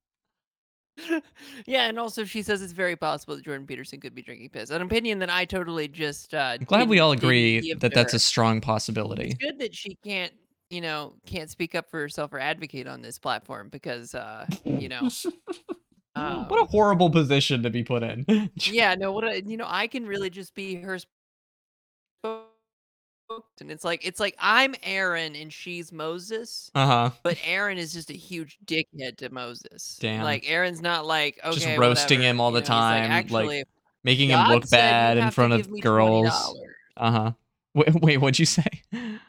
[SPEAKER 1] yeah, and also she says it's very possible that Jordan Peterson could be drinking piss. An opinion that I totally just. Uh,
[SPEAKER 2] I'm glad we all agree
[SPEAKER 1] agree
[SPEAKER 2] that that's a strong possibility.
[SPEAKER 1] It's good that she can't, you know, can't speak up for herself or advocate on this platform because, uh, you know. um,
[SPEAKER 2] what a horrible position to be put in.
[SPEAKER 1] yeah, no, what a, you know, I can really just be her. Sp- and it's like it's like I'm Aaron and she's Moses,
[SPEAKER 2] Uh huh.
[SPEAKER 1] but Aaron is just a huge dickhead to Moses.
[SPEAKER 2] Damn.
[SPEAKER 1] like Aaron's not like okay,
[SPEAKER 2] Just roasting
[SPEAKER 1] whatever,"
[SPEAKER 2] him all
[SPEAKER 1] you know,
[SPEAKER 2] the
[SPEAKER 1] he's like,
[SPEAKER 2] time, like,
[SPEAKER 1] Actually,
[SPEAKER 2] Making
[SPEAKER 1] God
[SPEAKER 2] him look
[SPEAKER 1] said you
[SPEAKER 2] bad in
[SPEAKER 1] have to
[SPEAKER 2] front
[SPEAKER 1] give
[SPEAKER 2] of
[SPEAKER 1] me
[SPEAKER 2] girls.
[SPEAKER 1] $20.
[SPEAKER 2] Uh huh. Wait, wait, what'd you say?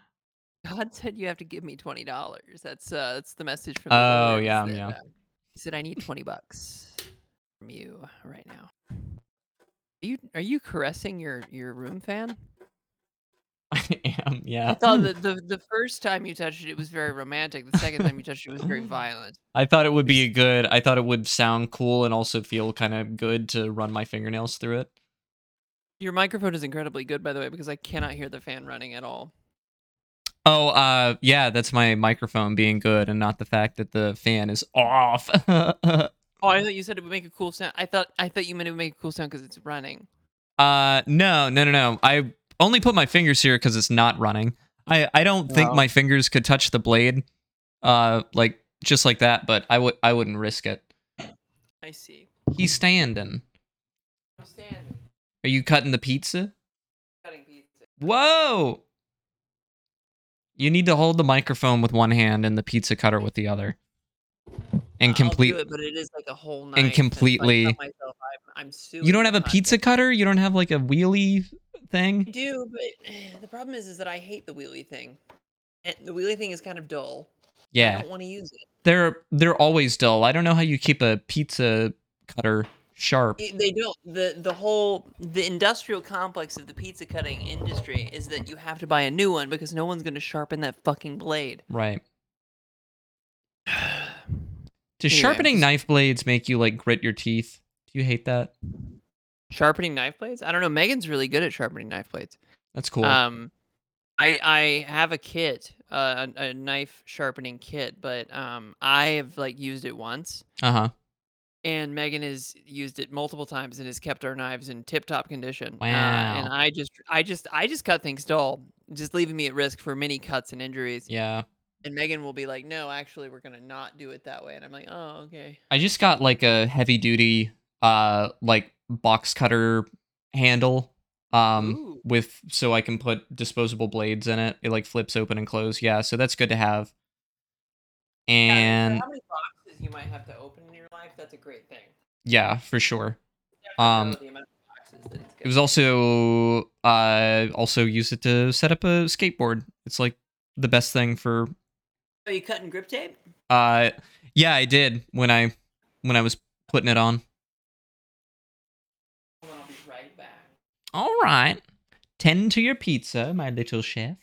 [SPEAKER 1] God said you have to give me twenty dollars. That's uh, that's the message from. the
[SPEAKER 2] Oh,
[SPEAKER 1] lawyers
[SPEAKER 2] yeah,
[SPEAKER 1] that,
[SPEAKER 2] yeah.
[SPEAKER 1] uh, he said I need twenty bucks from you right now. Are you are you caressing your your room fan?
[SPEAKER 2] I am. Yeah.
[SPEAKER 1] I thought that the the first time you touched it, it was very romantic. The second time you touched it, it was very violent.
[SPEAKER 2] I thought it would be a good. I thought it would sound cool and also feel kind of good to run my fingernails through it.
[SPEAKER 1] Your microphone is incredibly good, by the way, because I cannot hear the fan running at all.
[SPEAKER 2] Oh, uh, yeah, that's my microphone being good and not the fact that the fan is off.
[SPEAKER 1] Oh, I thought you said it would make a cool sound. I thought I thought you meant it would make a cool sound because it's running.
[SPEAKER 2] Uh, no, no, no, no. I only put my fingers here because it's not running. I, I don't think
[SPEAKER 1] Wow.
[SPEAKER 2] my fingers could touch the blade, uh, like just like that. But I would I wouldn't risk it.
[SPEAKER 1] I see.
[SPEAKER 2] He's standing.
[SPEAKER 1] Understand
[SPEAKER 2] Are you cutting the pizza?
[SPEAKER 1] cutting pizza.
[SPEAKER 2] Whoa! You need to hold the microphone with one hand and the pizza cutter with the other, and complete.
[SPEAKER 1] I'll do it, but it is like a whole knife. if I cut
[SPEAKER 2] completely-
[SPEAKER 1] myself, I'm, I'm suing
[SPEAKER 2] You don't have a
[SPEAKER 1] the podcast.
[SPEAKER 2] pizza cutter. You don't have like a wheelie
[SPEAKER 1] I
[SPEAKER 2] thing.
[SPEAKER 1] do, but eh, the problem is, is that I hate the wheelie thing. And the wheelie thing is kind of dull. I
[SPEAKER 2] Yeah,
[SPEAKER 1] don't want to use it.
[SPEAKER 2] they're they're always dull. I don't know how you keep a pizza cutter sharp.
[SPEAKER 1] It- They don't. the The whole the industrial complex of the pizza cutting industry is that you have to buy a new one because no one's going to sharpen that fucking blade.
[SPEAKER 2] Right. Does
[SPEAKER 1] Anyways.
[SPEAKER 2] sharpening knife blades make you like grit your teeth? Do you hate that?
[SPEAKER 1] Sharpening knife blades? I don't know. Megan's really good at sharpening knife blades.
[SPEAKER 2] That's cool.
[SPEAKER 1] Um, I I have a kit, uh, a, a knife sharpening kit, but um, I have like used it once,
[SPEAKER 2] uh huh.
[SPEAKER 1] and Megan has used it multiple times and has kept our knives in tip-top condition. Uh, and
[SPEAKER 2] Wow.
[SPEAKER 1] I just I just I just cut things dull, just leaving me at risk for many cuts and injuries.
[SPEAKER 2] Yeah.
[SPEAKER 1] And Megan will be like, "No, actually, we're gonna not do it that way." And I'm like, "Oh, okay."
[SPEAKER 2] I just got like a heavy duty, uh, like box cutter handle. Um,
[SPEAKER 1] Ooh.
[SPEAKER 2] with so I can put disposable blades in it. It like flips open and close. Yeah, so that's good to have. And
[SPEAKER 1] how many boxes you might have to open in your life? That's a great thing.
[SPEAKER 2] yeah, for sure. Um,
[SPEAKER 1] the amount of boxes that it's
[SPEAKER 2] It was also uh also used it to set up a skateboard. It's like the best thing for
[SPEAKER 1] Are you cutting grip tape?
[SPEAKER 2] uh yeah, I did when I when I was putting it on.
[SPEAKER 1] Hold on, I'll be right back.
[SPEAKER 2] All right. Tend to your pizza, my little chef.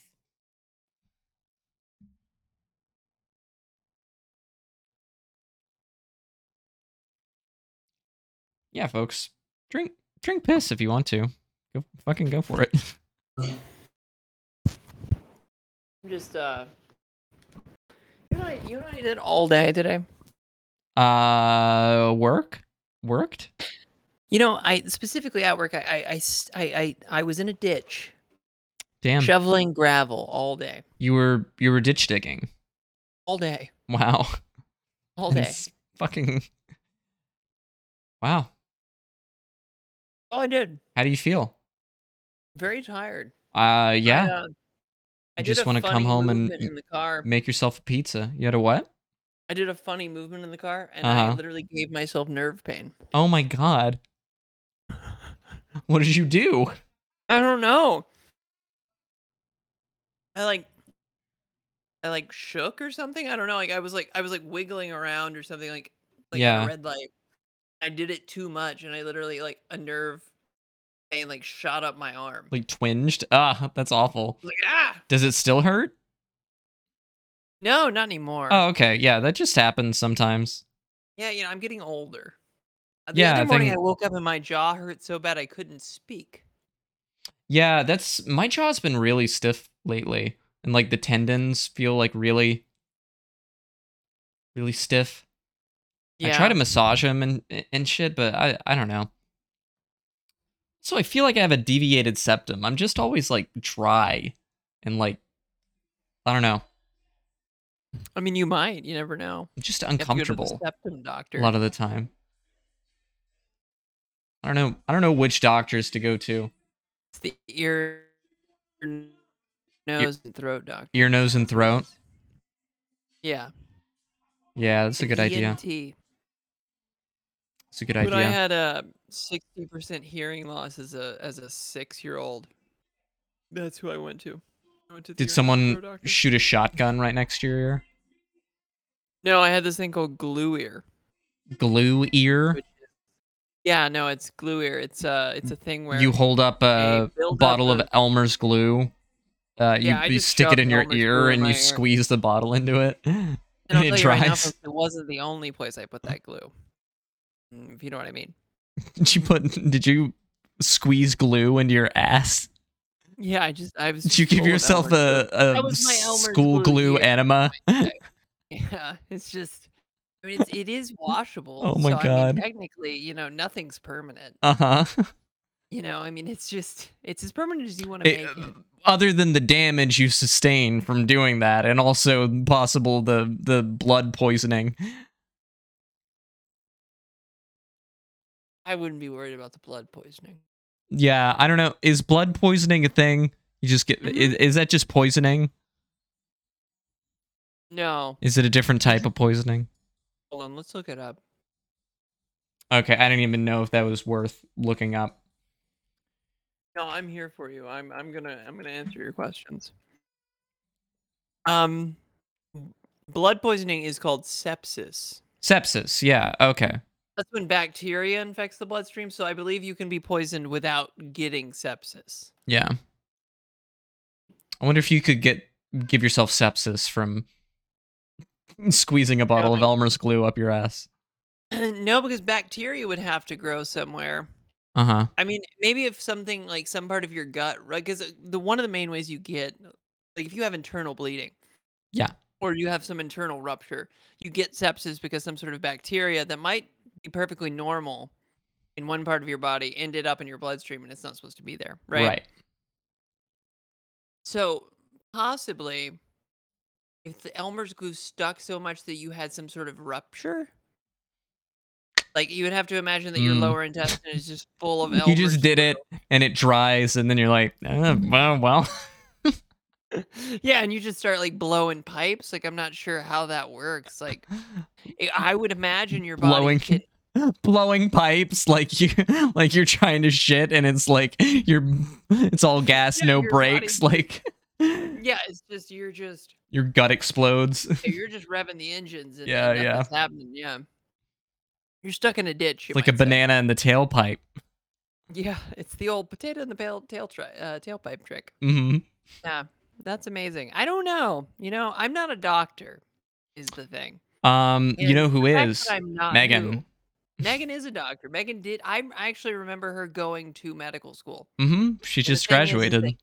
[SPEAKER 2] Yeah, folks. Drink drink piss if you want to. Go fucking go for it.
[SPEAKER 1] I'm just uh you know, what I- you know what I did all day today?
[SPEAKER 2] Uh work? Worked?
[SPEAKER 1] You know, I specifically at work I I- I s- I I- I was in a ditch
[SPEAKER 2] Damn.
[SPEAKER 1] shoveling gravel all day.
[SPEAKER 2] You were you were ditch digging.
[SPEAKER 1] All day.
[SPEAKER 2] Wow.
[SPEAKER 1] All day.
[SPEAKER 2] That's fucking Wow.
[SPEAKER 1] Oh I did.
[SPEAKER 2] How do you feel?
[SPEAKER 1] Very tired.
[SPEAKER 2] Uh yeah.
[SPEAKER 1] I, uh, I
[SPEAKER 2] just
[SPEAKER 1] want
[SPEAKER 2] wanna
[SPEAKER 1] to
[SPEAKER 2] come home and-
[SPEAKER 1] in the car.
[SPEAKER 2] Make yourself a pizza. You had a what?
[SPEAKER 1] I did a funny movement in the car and I
[SPEAKER 2] Uh-huh.
[SPEAKER 1] literally gave myself nerve pain.
[SPEAKER 2] Oh my god. What did you do?
[SPEAKER 1] I don't know. I like I like shook or something. I don't know. Like I was like I was like wiggling around or something like like at
[SPEAKER 2] Yeah.
[SPEAKER 1] a red light. I did it too much and I literally like a nerve pain like shot up my arm. Like,
[SPEAKER 2] Like twinged? Ah, that's awful.
[SPEAKER 1] ah
[SPEAKER 2] Does it still hurt?
[SPEAKER 1] no, not anymore.
[SPEAKER 2] Oh, okay. Yeah, that just happens sometimes.
[SPEAKER 1] Yeah, you know, I'm getting older. Uh, The
[SPEAKER 2] Yeah, I
[SPEAKER 1] other morning I
[SPEAKER 2] think-
[SPEAKER 1] woke up and my jaw hurt so bad I couldn't speak.
[SPEAKER 2] Yeah, that's my jaw's been really stiff lately. And like the tendons feel like really really stiff. I
[SPEAKER 1] Yeah.
[SPEAKER 2] try to massage them and and shit, but I I don't know. So I feel like I have a deviated septum. I'm just always like dry and like I don't know,
[SPEAKER 1] I mean you might, you never know.
[SPEAKER 2] just
[SPEAKER 1] You have to go to the
[SPEAKER 2] uncomfortable
[SPEAKER 1] septum doctor.
[SPEAKER 2] a lot of the time. I don't know. I don't know which doctors to go to.
[SPEAKER 1] It's the ear, nose, and throat doctor.
[SPEAKER 2] Ear, nose, and throat.
[SPEAKER 1] Yeah, E
[SPEAKER 2] Yeah, that's a good idea.
[SPEAKER 1] ENT.
[SPEAKER 2] That's a good
[SPEAKER 1] But I
[SPEAKER 2] idea.
[SPEAKER 1] had a sixty percent hearing loss as a as a six year old. That's who I went to. I went to the ear, nose, and
[SPEAKER 2] Did
[SPEAKER 1] throat
[SPEAKER 2] someone
[SPEAKER 1] doctor.
[SPEAKER 2] shoot a shotgun right next to your ear?
[SPEAKER 1] No, I had this thing called glue ear.
[SPEAKER 2] Glue ear.
[SPEAKER 1] Which is, yeah, no, it's glue ear. It's uh, it's a thing where
[SPEAKER 2] You hold up a
[SPEAKER 1] build up
[SPEAKER 2] bottle of
[SPEAKER 1] of-
[SPEAKER 2] Elmer's glue. Uh, you
[SPEAKER 1] Yeah, I
[SPEAKER 2] you
[SPEAKER 1] just
[SPEAKER 2] stick it
[SPEAKER 1] shoved
[SPEAKER 2] in your
[SPEAKER 1] Elmer's glue
[SPEAKER 2] ear
[SPEAKER 1] in
[SPEAKER 2] and
[SPEAKER 1] my
[SPEAKER 2] you
[SPEAKER 1] ear.
[SPEAKER 2] squeeze the bottle into it.
[SPEAKER 1] and
[SPEAKER 2] And,
[SPEAKER 1] I'll tell
[SPEAKER 2] it
[SPEAKER 1] you right now,
[SPEAKER 2] dries.
[SPEAKER 1] folks, it wasn't the only place I put that glue. Mm, If you know what I mean.
[SPEAKER 2] did you put? Did you squeeze glue into your ass?
[SPEAKER 1] Yeah, I just I was.
[SPEAKER 2] Did you give
[SPEAKER 1] full of
[SPEAKER 2] yourself
[SPEAKER 1] Elmer's glue.
[SPEAKER 2] a, a
[SPEAKER 1] That was my Elmer's
[SPEAKER 2] school
[SPEAKER 1] glue
[SPEAKER 2] glue
[SPEAKER 1] ear.
[SPEAKER 2] enema?
[SPEAKER 1] Yeah, it's just I mean, it's, it is washable.
[SPEAKER 2] Oh my
[SPEAKER 1] so, I mean,
[SPEAKER 2] God.
[SPEAKER 1] technically, you know, nothing's permanent.
[SPEAKER 2] Uh huh.
[SPEAKER 1] You know, I mean, it's just it's as permanent as you want to make
[SPEAKER 2] It-
[SPEAKER 1] it. uh,
[SPEAKER 2] other than the damage you sustain from doing that and also possible the the blood poisoning
[SPEAKER 1] I wouldn't be worried about the blood poisoning.
[SPEAKER 2] yeah i don't know is blood poisoning a thing you just get i
[SPEAKER 1] Mhm.
[SPEAKER 2] is, that just poisoning
[SPEAKER 1] No,
[SPEAKER 2] is it a different type of poisoning
[SPEAKER 1] hold on, let's look it up.
[SPEAKER 2] okay i didn't even know if that was worth looking up
[SPEAKER 1] No, I'm here for you. I'm I'm gonna I'm gonna answer your questions. Um, b- blood poisoning is called sepsis.
[SPEAKER 2] sepsis yeah okay
[SPEAKER 1] That's when bacteria infects the bloodstream. So I believe you can be poisoned without getting sepsis.
[SPEAKER 2] yeah i wonder if you could get give yourself sepsis from squeezing a bottle of
[SPEAKER 1] like-
[SPEAKER 2] elmer's glue up your ass
[SPEAKER 1] no, because bacteria would have to grow somewhere.
[SPEAKER 2] uh-huh
[SPEAKER 1] I mean, maybe if something like some part of your gut, right? Because the one of the main ways you get, like, if you have internal bleeding,
[SPEAKER 2] Yeah.
[SPEAKER 1] or you have some internal rupture, you get sepsis because some sort of bacteria that might be perfectly normal in one part of your body ended up in your bloodstream and it's not supposed to be there, right?
[SPEAKER 2] right.
[SPEAKER 1] So possibly, if the Elmer's glue stuck so much that you had some sort of rupture. Like you would have to imagine that your
[SPEAKER 2] Mm.
[SPEAKER 1] lower intestine is just full of.
[SPEAKER 2] you just
[SPEAKER 1] Elmer's
[SPEAKER 2] did
[SPEAKER 1] glue.
[SPEAKER 2] it and it dries and then you're like "Uh, well well
[SPEAKER 1] yeah, and you just start like blowing pipes. Like I'm not sure how that works. Like I- I would imagine your body
[SPEAKER 2] Blowing.
[SPEAKER 1] can-
[SPEAKER 2] blowing pipes like you like you're trying to shit and it's like you're it's all gas
[SPEAKER 1] Yeah,
[SPEAKER 2] no
[SPEAKER 1] your
[SPEAKER 2] brakes like
[SPEAKER 1] yeah, it's just you're just
[SPEAKER 2] your gut explodes
[SPEAKER 1] yeah, you're just revving the engines. And,
[SPEAKER 2] Yeah,
[SPEAKER 1] and
[SPEAKER 2] yeah.
[SPEAKER 1] nothing's happening. Yeah, you're stuck in a ditch. you
[SPEAKER 2] like a
[SPEAKER 1] might say.
[SPEAKER 2] banana in the tailpipe
[SPEAKER 1] Yeah, it's the old potato in the pale tail tri- uh, tailpipe trick.
[SPEAKER 2] hmm
[SPEAKER 1] Yeah, that's amazing. I don't know. You know, I'm not a doctor. Is the thing.
[SPEAKER 2] um you
[SPEAKER 1] And
[SPEAKER 2] know who
[SPEAKER 1] the fact
[SPEAKER 2] is
[SPEAKER 1] that I'm not
[SPEAKER 2] megan
[SPEAKER 1] who- Megan is a doctor. Megan did. I actually remember her going to medical school.
[SPEAKER 2] mm-hmm she
[SPEAKER 1] And the
[SPEAKER 2] just
[SPEAKER 1] thing is, is
[SPEAKER 2] graduated
[SPEAKER 1] that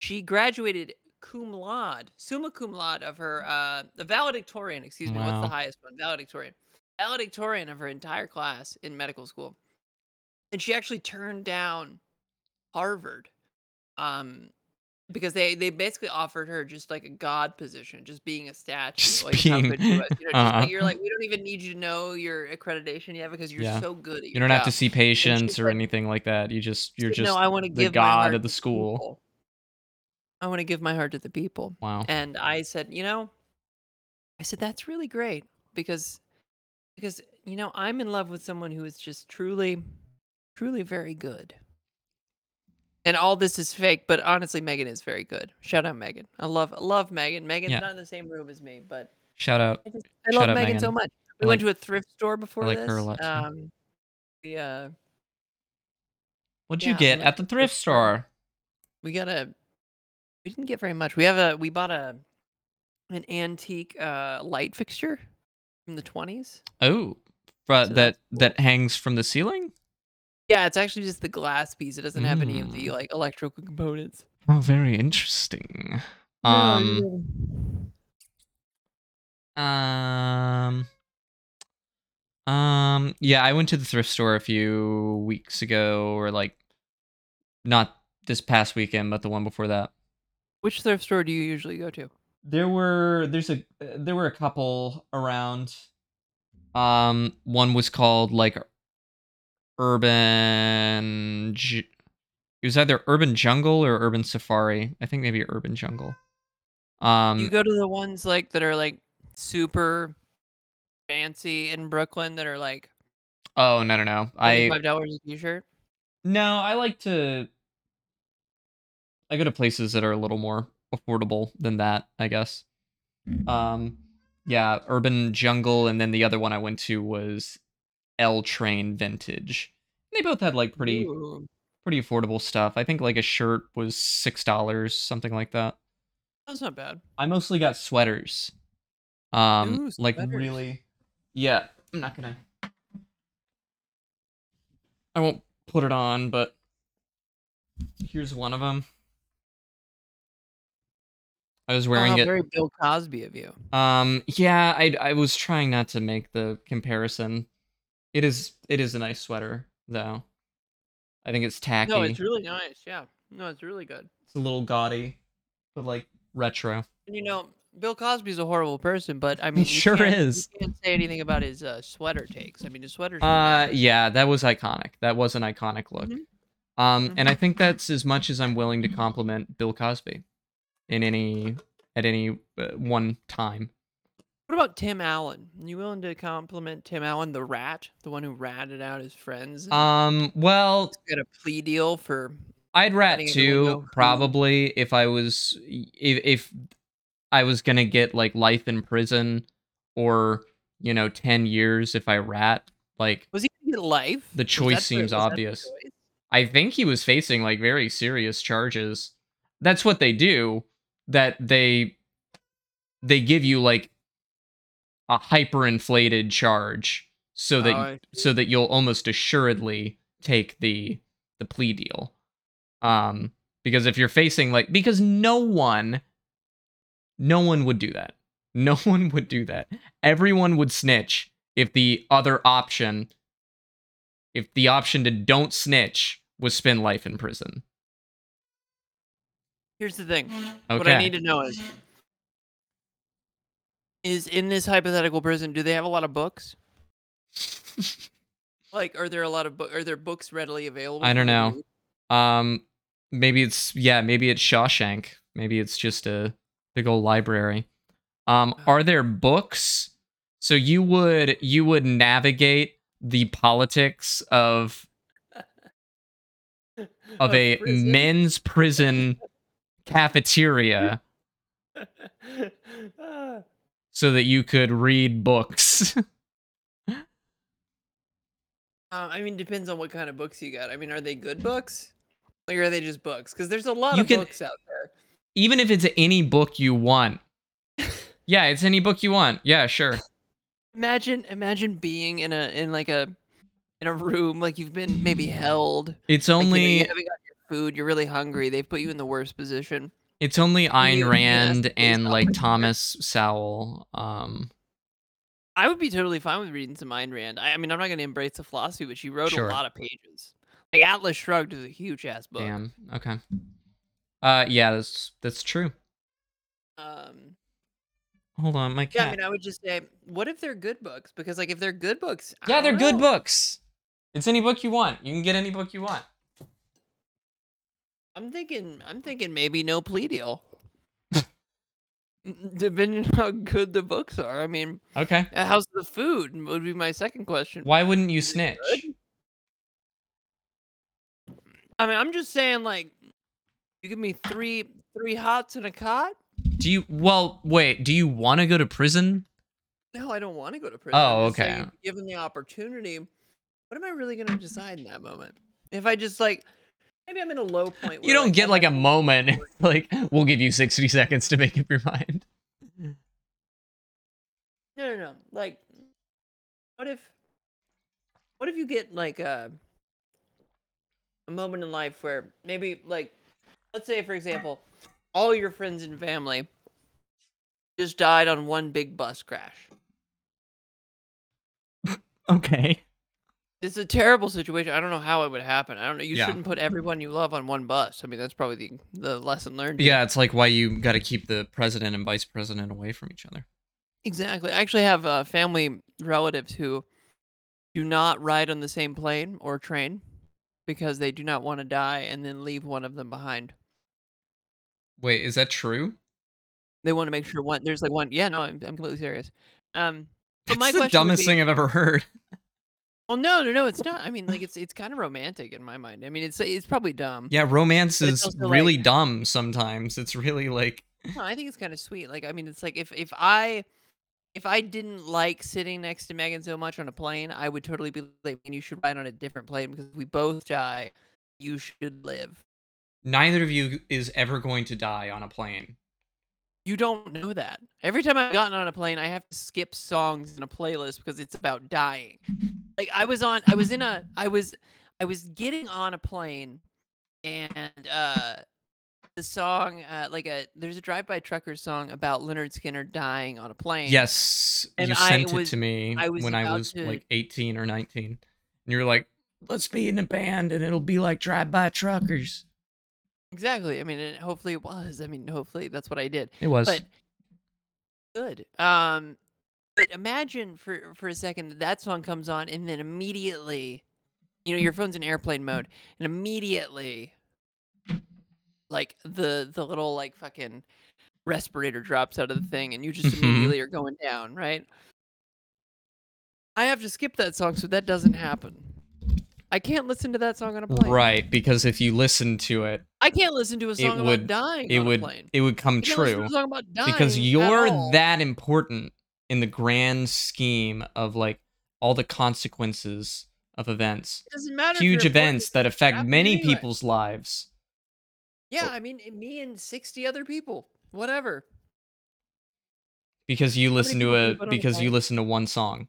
[SPEAKER 1] she graduated cum laude, summa cum laude of her, uh, the valedictorian, excuse me, what's
[SPEAKER 2] Wow.
[SPEAKER 1] the highest one? Valedictorian. Valedictorian of her entire class in medical school. And she actually turned down Harvard um, because they, they basically offered her just like a god position, just being a statue.
[SPEAKER 2] Just
[SPEAKER 1] like, how
[SPEAKER 2] being-
[SPEAKER 1] good you, was, you know, just
[SPEAKER 2] Uh-uh.
[SPEAKER 1] like, you're like, we don't even need you to know your accreditation yet because you're
[SPEAKER 2] Yeah.
[SPEAKER 1] so good at your
[SPEAKER 2] you don't have to
[SPEAKER 1] job."
[SPEAKER 2] see patients or
[SPEAKER 1] like-
[SPEAKER 2] anything like that you just you're
[SPEAKER 1] She said,
[SPEAKER 2] just
[SPEAKER 1] no, I want to
[SPEAKER 2] the
[SPEAKER 1] give my
[SPEAKER 2] god
[SPEAKER 1] heart
[SPEAKER 2] of the
[SPEAKER 1] to
[SPEAKER 2] school
[SPEAKER 1] people. I want to give my heart to the people.
[SPEAKER 2] wow
[SPEAKER 1] And I said, you know, I said that's really great because because you know, I'm in love with someone who is just truly truly very good. And all this is fake, but honestly Megan is very good. Shout out Megan. I love love Megan. Megan's
[SPEAKER 2] Yeah.
[SPEAKER 1] not in the same room as me, but
[SPEAKER 2] shout out
[SPEAKER 1] I, just, I
[SPEAKER 2] Shout
[SPEAKER 1] love
[SPEAKER 2] out
[SPEAKER 1] Megan, so
[SPEAKER 2] Megan.
[SPEAKER 1] much.
[SPEAKER 2] I
[SPEAKER 1] We went to a thrift store before
[SPEAKER 2] like her
[SPEAKER 1] this.
[SPEAKER 2] a lot, too.
[SPEAKER 1] Um we uh
[SPEAKER 2] what'd
[SPEAKER 1] yeah,
[SPEAKER 2] you
[SPEAKER 1] I
[SPEAKER 2] get
[SPEAKER 1] love
[SPEAKER 2] at the
[SPEAKER 1] the
[SPEAKER 2] thrift
[SPEAKER 1] thrift store.
[SPEAKER 2] store
[SPEAKER 1] we got a we didn't get very much. We have a we bought a an antique uh light fixture from the 20s.
[SPEAKER 2] oh but
[SPEAKER 1] So
[SPEAKER 2] that
[SPEAKER 1] that's cool.
[SPEAKER 2] that hangs from the ceiling
[SPEAKER 1] Yeah, it's actually just the glass piece. It doesn't have any of the
[SPEAKER 2] Mm.
[SPEAKER 1] like electrical components.
[SPEAKER 2] Oh, very interesting. Um, um, um, yeah, I went to the thrift store a few weeks ago, or like not this past weekend, but the one before that.
[SPEAKER 1] Which thrift store do you usually go to?
[SPEAKER 2] There were there's a uh, there were a couple around. Um, one was called like Urban. Ju- It was either Urban Jungle or Urban Safari. I think maybe Urban Jungle. Um,
[SPEAKER 1] you go to the ones like that are like super fancy in Brooklyn that are like
[SPEAKER 2] Oh no no no! I
[SPEAKER 1] five dollars a t-shirt.
[SPEAKER 2] no I like to. I go to places that are a little more affordable than that, I guess. Um, yeah, Urban Jungle, and then the other one I went to was L Train Vintage. They both had like pretty
[SPEAKER 1] Ooh,
[SPEAKER 2] pretty affordable stuff. I think like a shirt was six dollars, something like that.
[SPEAKER 1] that's not bad.
[SPEAKER 2] I mostly got sweaters. Um,
[SPEAKER 1] Ooh,
[SPEAKER 2] like
[SPEAKER 1] sweaters.
[SPEAKER 2] really, yeah. I'm not gonna. I won't put it on, but here's one of them. I was
[SPEAKER 1] Oh,
[SPEAKER 2] wearing
[SPEAKER 1] how
[SPEAKER 2] it.
[SPEAKER 1] very Bill Cosby of you.
[SPEAKER 2] Um, yeah, I I was trying not to make the comparison. It is it is a nice sweater though. I think it's tacky.
[SPEAKER 1] No, it's really nice. Yeah, no, it's really good.
[SPEAKER 2] it's a little gaudy, but like retro.
[SPEAKER 1] And you know, Bill Cosby's a horrible person, but I mean, you
[SPEAKER 2] sure
[SPEAKER 1] can't-
[SPEAKER 2] is.
[SPEAKER 1] You can't say anything about his uh, sweater takes. I mean, his sweaters. were
[SPEAKER 2] Uh,
[SPEAKER 1] nice.
[SPEAKER 2] yeah, that was iconic. That was an iconic look. Um, and I
[SPEAKER 1] Mhm.
[SPEAKER 2] think that's as much as I'm willing to compliment Bill Cosby in any at any uh, one time.
[SPEAKER 1] What about Tim Allen? You willing to compliment Tim Allen, the rat, the one who ratted out his friends? and
[SPEAKER 2] Um, well,
[SPEAKER 1] got a plea deal for.
[SPEAKER 2] I'd rat
[SPEAKER 1] letting everyone know Mm-hmm.
[SPEAKER 2] too,
[SPEAKER 1] who-
[SPEAKER 2] probably if I was if if I was gonna get like life in prison or you know ten years if I rat. Like
[SPEAKER 1] Was he gonna get life?
[SPEAKER 2] The
[SPEAKER 1] Was
[SPEAKER 2] choice
[SPEAKER 1] that
[SPEAKER 2] seems
[SPEAKER 1] was that the
[SPEAKER 2] obvious.
[SPEAKER 1] choice?
[SPEAKER 2] I think he was facing like very serious charges. That's what they do. That they they give you like a hyperinflated charge so that
[SPEAKER 1] Oh, I
[SPEAKER 2] so that you'll almost assuredly take the the plea deal. Um because if you're facing like because no one no one would do that. No one would do that. Everyone would snitch if the other option if the option to don't snitch was spend life in prison.
[SPEAKER 1] Here's the thing.
[SPEAKER 2] Okay.
[SPEAKER 1] What I need to know is is in this hypothetical prison, do they have a lot of books? like, are there a lot of book? Are there books readily available?
[SPEAKER 2] I
[SPEAKER 1] for
[SPEAKER 2] don't
[SPEAKER 1] me to
[SPEAKER 2] know.
[SPEAKER 1] read?
[SPEAKER 2] um maybe it's yeah, maybe it's Shawshank. Maybe it's just a big old library. Um are there books? So you would you would navigate the politics of of
[SPEAKER 1] Of
[SPEAKER 2] a
[SPEAKER 1] prison?
[SPEAKER 2] men's prison cafeteria so that you could read books.
[SPEAKER 1] Uh, I mean, depends on what kind of books you got. I mean, are they good books? Like, are they just books? Because there's a lot
[SPEAKER 2] You
[SPEAKER 1] of
[SPEAKER 2] can-
[SPEAKER 1] books out there.
[SPEAKER 2] Even if it's any book you want. Yeah, it's any book you want. Yeah, sure.
[SPEAKER 1] Imagine, imagine being in a in like a in a room like you've been maybe held. like,
[SPEAKER 2] It's
[SPEAKER 1] you know,
[SPEAKER 2] only
[SPEAKER 1] you haven't got your food. You're really hungry. They've put you in the worst position.
[SPEAKER 2] It's only
[SPEAKER 1] Yeah,
[SPEAKER 2] Ayn Rand
[SPEAKER 1] it's
[SPEAKER 2] and
[SPEAKER 1] not
[SPEAKER 2] like
[SPEAKER 1] like-
[SPEAKER 2] Thomas Sowell. Um,
[SPEAKER 1] I would be totally fine with reading some Ayn Rand. I, I mean, I'm not going to embrace the philosophy, but she wrote
[SPEAKER 2] Sure.
[SPEAKER 1] a lot of pages. Like Atlas Shrugged is a huge ass book.
[SPEAKER 2] damn. Okay. Uh, yeah, that's that's true.
[SPEAKER 1] Um,
[SPEAKER 2] Hold on, my
[SPEAKER 1] yeah, I
[SPEAKER 2] cat.
[SPEAKER 1] mean, I would just say, what if they're good books? Because like, if they're good books, I
[SPEAKER 2] Yeah, they're
[SPEAKER 1] don't
[SPEAKER 2] good
[SPEAKER 1] know.
[SPEAKER 2] books. It's any book you want. You can get any book you want.
[SPEAKER 1] I'm thinking, I'm thinking maybe no plea deal. N- Depending on how good the books are. I mean,
[SPEAKER 2] Okay.
[SPEAKER 1] uh, how's the food? Would be my second question.
[SPEAKER 2] Why wouldn't you snitch?
[SPEAKER 1] I mean, I'm just saying, like, you give me three three hots and a cot.
[SPEAKER 2] Do you? Well, wait. Do you want to go to prison?
[SPEAKER 1] No, I don't want to go to prison.
[SPEAKER 2] Oh,
[SPEAKER 1] I'm just saying,
[SPEAKER 2] okay.
[SPEAKER 1] Given the opportunity, what am I really going to decide in that moment? If I just like, maybe I'm in a low point.
[SPEAKER 2] You
[SPEAKER 1] where,
[SPEAKER 2] don't get
[SPEAKER 1] all
[SPEAKER 2] like
[SPEAKER 1] my
[SPEAKER 2] a moment. like we'll give you sixty seconds to make up your mind.
[SPEAKER 1] No, no, no. Like, what if, what if you get like a, a moment in life where maybe like, let's say for example, all your friends and family just died on one big bus crash.
[SPEAKER 2] Okay.
[SPEAKER 1] It's a terrible situation. I don't know how it would happen. I don't know. You
[SPEAKER 2] Yeah.
[SPEAKER 1] shouldn't put everyone you love on one bus. I mean, that's probably the, the lesson learned. here.
[SPEAKER 2] Yeah, it's like why you got to keep the president and vice president away from each other.
[SPEAKER 1] exactly. I actually have uh, family relatives who do not ride on the same plane or train because they do not want to die and then leave one of them behind.
[SPEAKER 2] Wait, is that true?
[SPEAKER 1] They want to make sure one there's like one. Yeah, no, I'm, I'm completely serious. Um, but
[SPEAKER 2] That's
[SPEAKER 1] my
[SPEAKER 2] the
[SPEAKER 1] question would
[SPEAKER 2] dumbest
[SPEAKER 1] be-
[SPEAKER 2] thing I've ever heard.
[SPEAKER 1] Well, no, no, no, it's not. I mean, like it's it's kind of romantic in my mind. I mean, it's it's probably dumb.
[SPEAKER 2] Yeah, romance
[SPEAKER 1] But it's
[SPEAKER 2] is
[SPEAKER 1] also, like-
[SPEAKER 2] really dumb sometimes. It's really like
[SPEAKER 1] No, I think it's kind of sweet. Like, I mean, it's like if if I if I didn't like sitting next to Megan so much on a plane, I would totally be like, "Man, you should ride on a different plane because if we both die. You should live.
[SPEAKER 2] neither of you is ever going to die on a plane.
[SPEAKER 1] You don't know that. Every time I've gotten on a plane, I have to skip songs in a playlist because it's about dying. Like I was on, I was in a, I was, I was getting on a plane, and uh, the song, uh, like a there's a Drive By Truckers song about Leonard Skinner dying on a plane.
[SPEAKER 2] Yes,
[SPEAKER 1] And
[SPEAKER 2] you
[SPEAKER 1] I
[SPEAKER 2] sent
[SPEAKER 1] was-
[SPEAKER 2] it to me
[SPEAKER 1] I was
[SPEAKER 2] when I
[SPEAKER 1] about
[SPEAKER 2] was
[SPEAKER 1] to-
[SPEAKER 2] like 18 or 19. And you were like, let's be in a band and it'll be like Drive By Truckers.
[SPEAKER 1] exactly. I mean, and hopefully it was. I mean, hopefully that's what I did.
[SPEAKER 2] It was.
[SPEAKER 1] But good. Um, but imagine for for a second that that song comes on, and then immediately, you know, your phone's in airplane mode, and immediately, like the the little like fucking respirator drops out of the thing, and you just
[SPEAKER 2] Mhm.
[SPEAKER 1] immediately are going down, right? I have to skip that song so that doesn't happen. I can't listen to that song on a plane.
[SPEAKER 2] right, because if you listen to it,
[SPEAKER 1] I can't listen to a song about
[SPEAKER 2] would-
[SPEAKER 1] dying
[SPEAKER 2] it
[SPEAKER 1] on
[SPEAKER 2] would
[SPEAKER 1] a plane.
[SPEAKER 2] it would come
[SPEAKER 1] I can't listen to
[SPEAKER 2] true
[SPEAKER 1] a song about dying
[SPEAKER 2] because
[SPEAKER 1] at
[SPEAKER 2] you're
[SPEAKER 1] all.
[SPEAKER 2] that important in the grand scheme of like all the consequences of events.
[SPEAKER 1] It doesn't matter. if you're
[SPEAKER 2] Huge
[SPEAKER 1] important,
[SPEAKER 2] events
[SPEAKER 1] it's
[SPEAKER 2] that
[SPEAKER 1] just
[SPEAKER 2] affect
[SPEAKER 1] happening
[SPEAKER 2] many
[SPEAKER 1] anyway.
[SPEAKER 2] people's lives.
[SPEAKER 1] Yeah, I mean, it- me and sixty other people, whatever.
[SPEAKER 2] because you
[SPEAKER 1] many
[SPEAKER 2] listen to
[SPEAKER 1] people do you
[SPEAKER 2] a
[SPEAKER 1] put on a
[SPEAKER 2] because you
[SPEAKER 1] plane?
[SPEAKER 2] listen to one song.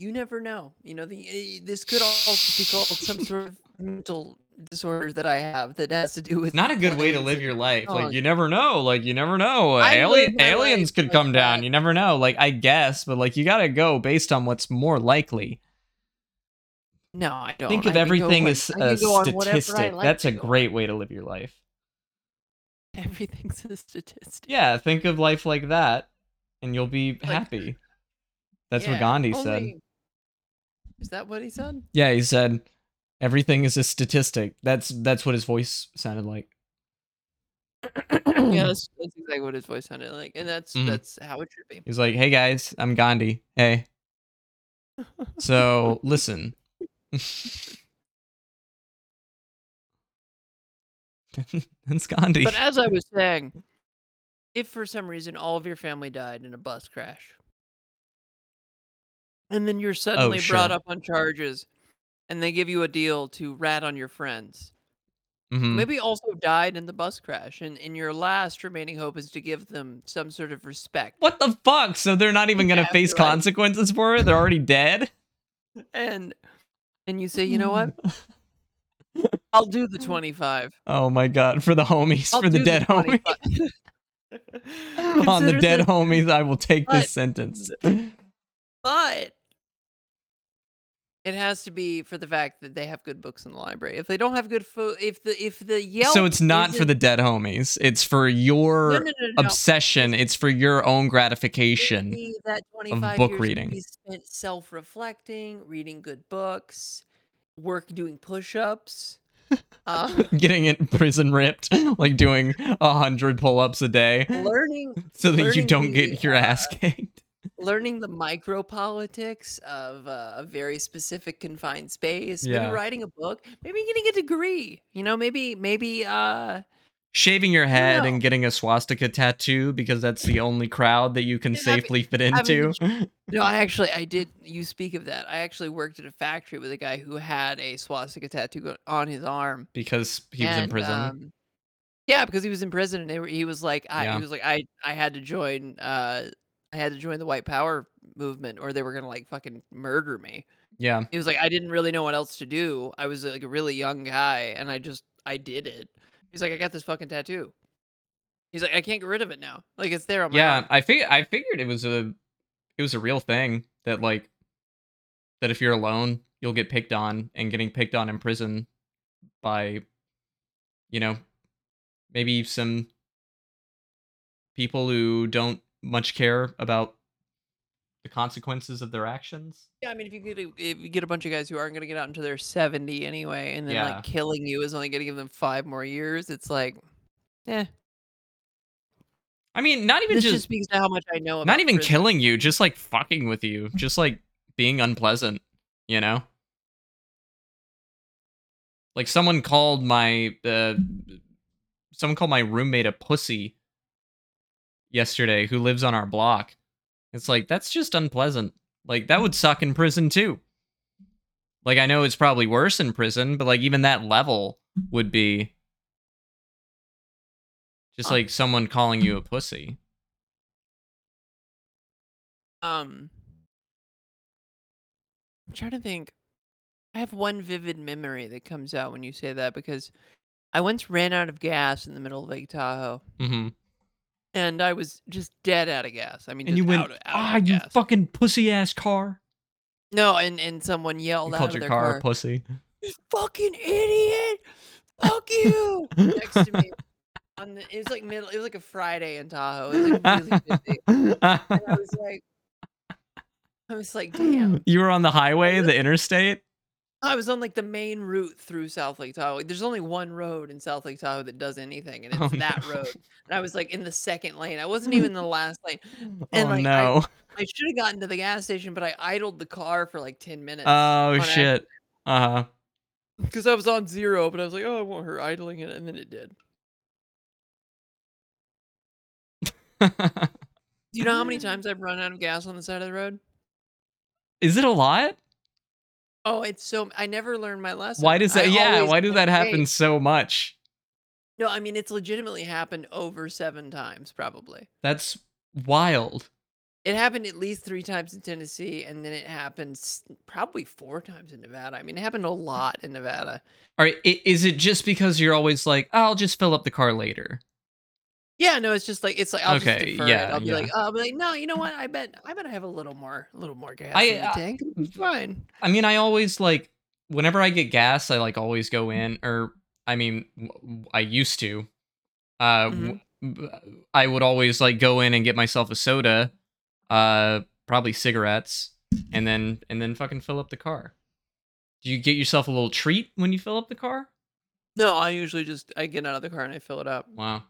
[SPEAKER 1] You never know. You know, the eh, this could also be called some sort of mental disorder that I have that has to do with
[SPEAKER 2] Not a good way to live your life. Like you never know. Like you never know.
[SPEAKER 1] Oh. I
[SPEAKER 2] Alien
[SPEAKER 1] live my
[SPEAKER 2] aliens
[SPEAKER 1] life
[SPEAKER 2] could
[SPEAKER 1] like
[SPEAKER 2] come down.
[SPEAKER 1] that.
[SPEAKER 2] You never know. Like I guess, but like you gotta go based on what's more likely.
[SPEAKER 1] No, I don't.
[SPEAKER 2] Think
[SPEAKER 1] I can
[SPEAKER 2] of
[SPEAKER 1] go
[SPEAKER 2] everything
[SPEAKER 1] on-
[SPEAKER 2] as
[SPEAKER 1] I
[SPEAKER 2] a
[SPEAKER 1] can go on whatever I
[SPEAKER 2] statistic.
[SPEAKER 1] like
[SPEAKER 2] That's
[SPEAKER 1] to
[SPEAKER 2] a
[SPEAKER 1] go on.
[SPEAKER 2] great way to live your life.
[SPEAKER 1] Everything's a statistic.
[SPEAKER 2] Yeah, think of life like that, and you'll be happy. That's what Gandhi said.
[SPEAKER 1] only- Is that what he said?
[SPEAKER 2] Yeah, he said everything is a statistic. That's that's what his voice sounded like.
[SPEAKER 1] yeah, that's, that's exactly what his voice sounded like, and that's
[SPEAKER 2] Mhm.
[SPEAKER 1] that's how it should be.
[SPEAKER 2] He's like, "Hey guys, I'm Gandhi. Hey, so listen." That's Gandhi.
[SPEAKER 1] But uh, as I was saying, if for some reason all of your family died in a bus crash, and then you're suddenly brought
[SPEAKER 2] Oh, sure.
[SPEAKER 1] up on charges, and they give you a deal to rat on your friends,
[SPEAKER 2] Mhm.
[SPEAKER 1] maybe also died in the bus crash, and, and your last remaining hope is to give them some sort of respect.
[SPEAKER 2] What the fuck? So they're not even gonna
[SPEAKER 1] Yeah,
[SPEAKER 2] face
[SPEAKER 1] you're right.
[SPEAKER 2] consequences for it. They're already dead.
[SPEAKER 1] And and you say, you know what? I'll do the twenty-five.
[SPEAKER 2] Oh my god! For the homies,
[SPEAKER 1] I'll
[SPEAKER 2] for the
[SPEAKER 1] do
[SPEAKER 2] dead homies,
[SPEAKER 1] 25."
[SPEAKER 2] on the
[SPEAKER 1] Consider
[SPEAKER 2] dead
[SPEAKER 1] that-
[SPEAKER 2] homies, I will take
[SPEAKER 1] But-
[SPEAKER 2] this sentence.
[SPEAKER 1] but it has to be for the fact that they have good books in the library. If they don't have good food, if the if the Yelp,
[SPEAKER 2] So it's not for
[SPEAKER 1] isn't-
[SPEAKER 2] the dead homies. It's for your
[SPEAKER 1] no, no, no, no, no.
[SPEAKER 2] obsession. It's for your own gratification.
[SPEAKER 1] Maybe that twenty five
[SPEAKER 2] book
[SPEAKER 1] years
[SPEAKER 2] reading.
[SPEAKER 1] should be spent self reflecting, reading good books, work doing push ups. Uh,
[SPEAKER 2] getting in prison ripped, like doing a hundred pull-ups a day,
[SPEAKER 1] learning
[SPEAKER 2] so that you
[SPEAKER 1] learning
[SPEAKER 2] don't
[SPEAKER 1] the,
[SPEAKER 2] get your
[SPEAKER 1] uh,
[SPEAKER 2] ass kicked.
[SPEAKER 1] learning the micro politics of uh, a very specific confined space
[SPEAKER 2] Yeah.
[SPEAKER 1] maybe writing a book maybe getting a degree you know maybe maybe uh
[SPEAKER 2] Shaving your head
[SPEAKER 1] no.
[SPEAKER 2] and getting a swastika tattoo because that's the only crowd that you can
[SPEAKER 1] And having-
[SPEAKER 2] safely fit
[SPEAKER 1] having
[SPEAKER 2] into.
[SPEAKER 1] the No, I actually I did. You speak of that. I actually worked at a factory with a guy who had a swastika tattoo go- on his arm.
[SPEAKER 2] because he was in
[SPEAKER 1] and,
[SPEAKER 2] prison.
[SPEAKER 1] um, yeah, because he was in prison, and they were, he was like, I,
[SPEAKER 2] Yeah.
[SPEAKER 1] he was like, I, I had to join. Uh, I had to join the white power movement, or they were gonna like fucking murder me.
[SPEAKER 2] yeah,
[SPEAKER 1] He was like, I didn't really know what else to do. I was like a really young guy, and I just I did it. He's like, I got this fucking tattoo. He's like, I can't get rid of it now. Like it's there on my
[SPEAKER 2] yeah.
[SPEAKER 1] arm."
[SPEAKER 2] I fig- I figured it was a it was a real thing that like that if you're alone, you'll get picked on, and getting picked on in prison by you know maybe some people who don't much care about the consequences of their actions.
[SPEAKER 1] Yeah, I mean, if you get a, if you get a bunch of guys who aren't going to get out until they're seventy anyway, and then
[SPEAKER 2] Yeah.
[SPEAKER 1] like killing you is only going to give them five more years, it's like, eh.
[SPEAKER 2] I mean, not even
[SPEAKER 1] This
[SPEAKER 2] just,
[SPEAKER 1] just speaks to how much I know. About
[SPEAKER 2] not even
[SPEAKER 1] prison.
[SPEAKER 2] killing you, just like fucking with you, just like being unpleasant, you know? Like someone called my uh someone called my roommate a pussy yesterday who lives on our block. It's like that's just unpleasant. Like that would suck in prison too. Like I know it's probably worse in prison, but like even that level would be just
[SPEAKER 1] Huh.
[SPEAKER 2] like someone calling you a pussy.
[SPEAKER 1] Um, I'm trying to think. I have one vivid memory that comes out when you say that because I once ran out of gas in the middle of Lake Tahoe,
[SPEAKER 2] Mm-hmm.
[SPEAKER 1] and I was just dead out of gas. I mean,
[SPEAKER 2] And
[SPEAKER 1] just
[SPEAKER 2] you went,
[SPEAKER 1] out of, out
[SPEAKER 2] ah,
[SPEAKER 1] of
[SPEAKER 2] you
[SPEAKER 1] gas.
[SPEAKER 2] fucking pussy ass car.
[SPEAKER 1] No, and and someone yelled
[SPEAKER 2] you
[SPEAKER 1] out
[SPEAKER 2] called
[SPEAKER 1] of
[SPEAKER 2] your
[SPEAKER 1] their
[SPEAKER 2] car,
[SPEAKER 1] car,
[SPEAKER 2] a pussy.
[SPEAKER 1] "You "Fucking idiot! Fuck you!" next to me. On the, it was like middle. It was like a Friday in Tahoe. It was like really busy, and I was like, I was like, damn.
[SPEAKER 2] you were on the highway, the interstate.
[SPEAKER 1] I was on like the main route through South Lake Tahoe. There's only one road in South Lake Tahoe that does anything, and it's
[SPEAKER 2] Oh,
[SPEAKER 1] that
[SPEAKER 2] no.
[SPEAKER 1] road. And I was like in the second lane. I wasn't even in the last lane. And,
[SPEAKER 2] oh
[SPEAKER 1] like, I-
[SPEAKER 2] no!
[SPEAKER 1] I should have gotten to the gas station, but I idled the car for like ten minutes.
[SPEAKER 2] oh shit! Uh huh.
[SPEAKER 1] Because I was on zero, but I was like, oh, I want her idling it, and then it did.
[SPEAKER 2] Uh-huh.
[SPEAKER 1] Do you know how many times I've run out of gas on the side of the road?
[SPEAKER 2] Is it a lot?
[SPEAKER 1] Oh, it's so I never learned my lesson.
[SPEAKER 2] Why does that?
[SPEAKER 1] I
[SPEAKER 2] yeah.
[SPEAKER 1] always
[SPEAKER 2] Why does that
[SPEAKER 1] wait.
[SPEAKER 2] happen so much?
[SPEAKER 1] No, I mean it's legitimately happened over seven times, probably.
[SPEAKER 2] That's wild.
[SPEAKER 1] It happened at least three times in Tennessee, and then it happened s- probably four times in Nevada. I mean, it happened a lot in Nevada.
[SPEAKER 2] All right. i- Is it just because you're always like, "Oh, I'll just fill up the car later?
[SPEAKER 1] Yeah, no, it's just like it's like I'll just
[SPEAKER 2] Okay,
[SPEAKER 1] defer it.
[SPEAKER 2] yeah,
[SPEAKER 1] I'll be
[SPEAKER 2] yeah.
[SPEAKER 1] like, oh, I'll be like, no, you know what? I bet I bet I have a little more, a little more gas
[SPEAKER 2] I-
[SPEAKER 1] in the
[SPEAKER 2] I-
[SPEAKER 1] tank. It'll be fine.
[SPEAKER 2] I mean, I always like whenever I get gas, I like always go in, or I mean, w- w- I used to. Uh, w- b- I would always like go in and get myself a soda, uh, probably cigarettes, and then and then fucking fill up the car. Do you get yourself a little treat when you fill up the car?
[SPEAKER 1] No, I usually just I get out of the car and I fill it up.
[SPEAKER 2] Wow.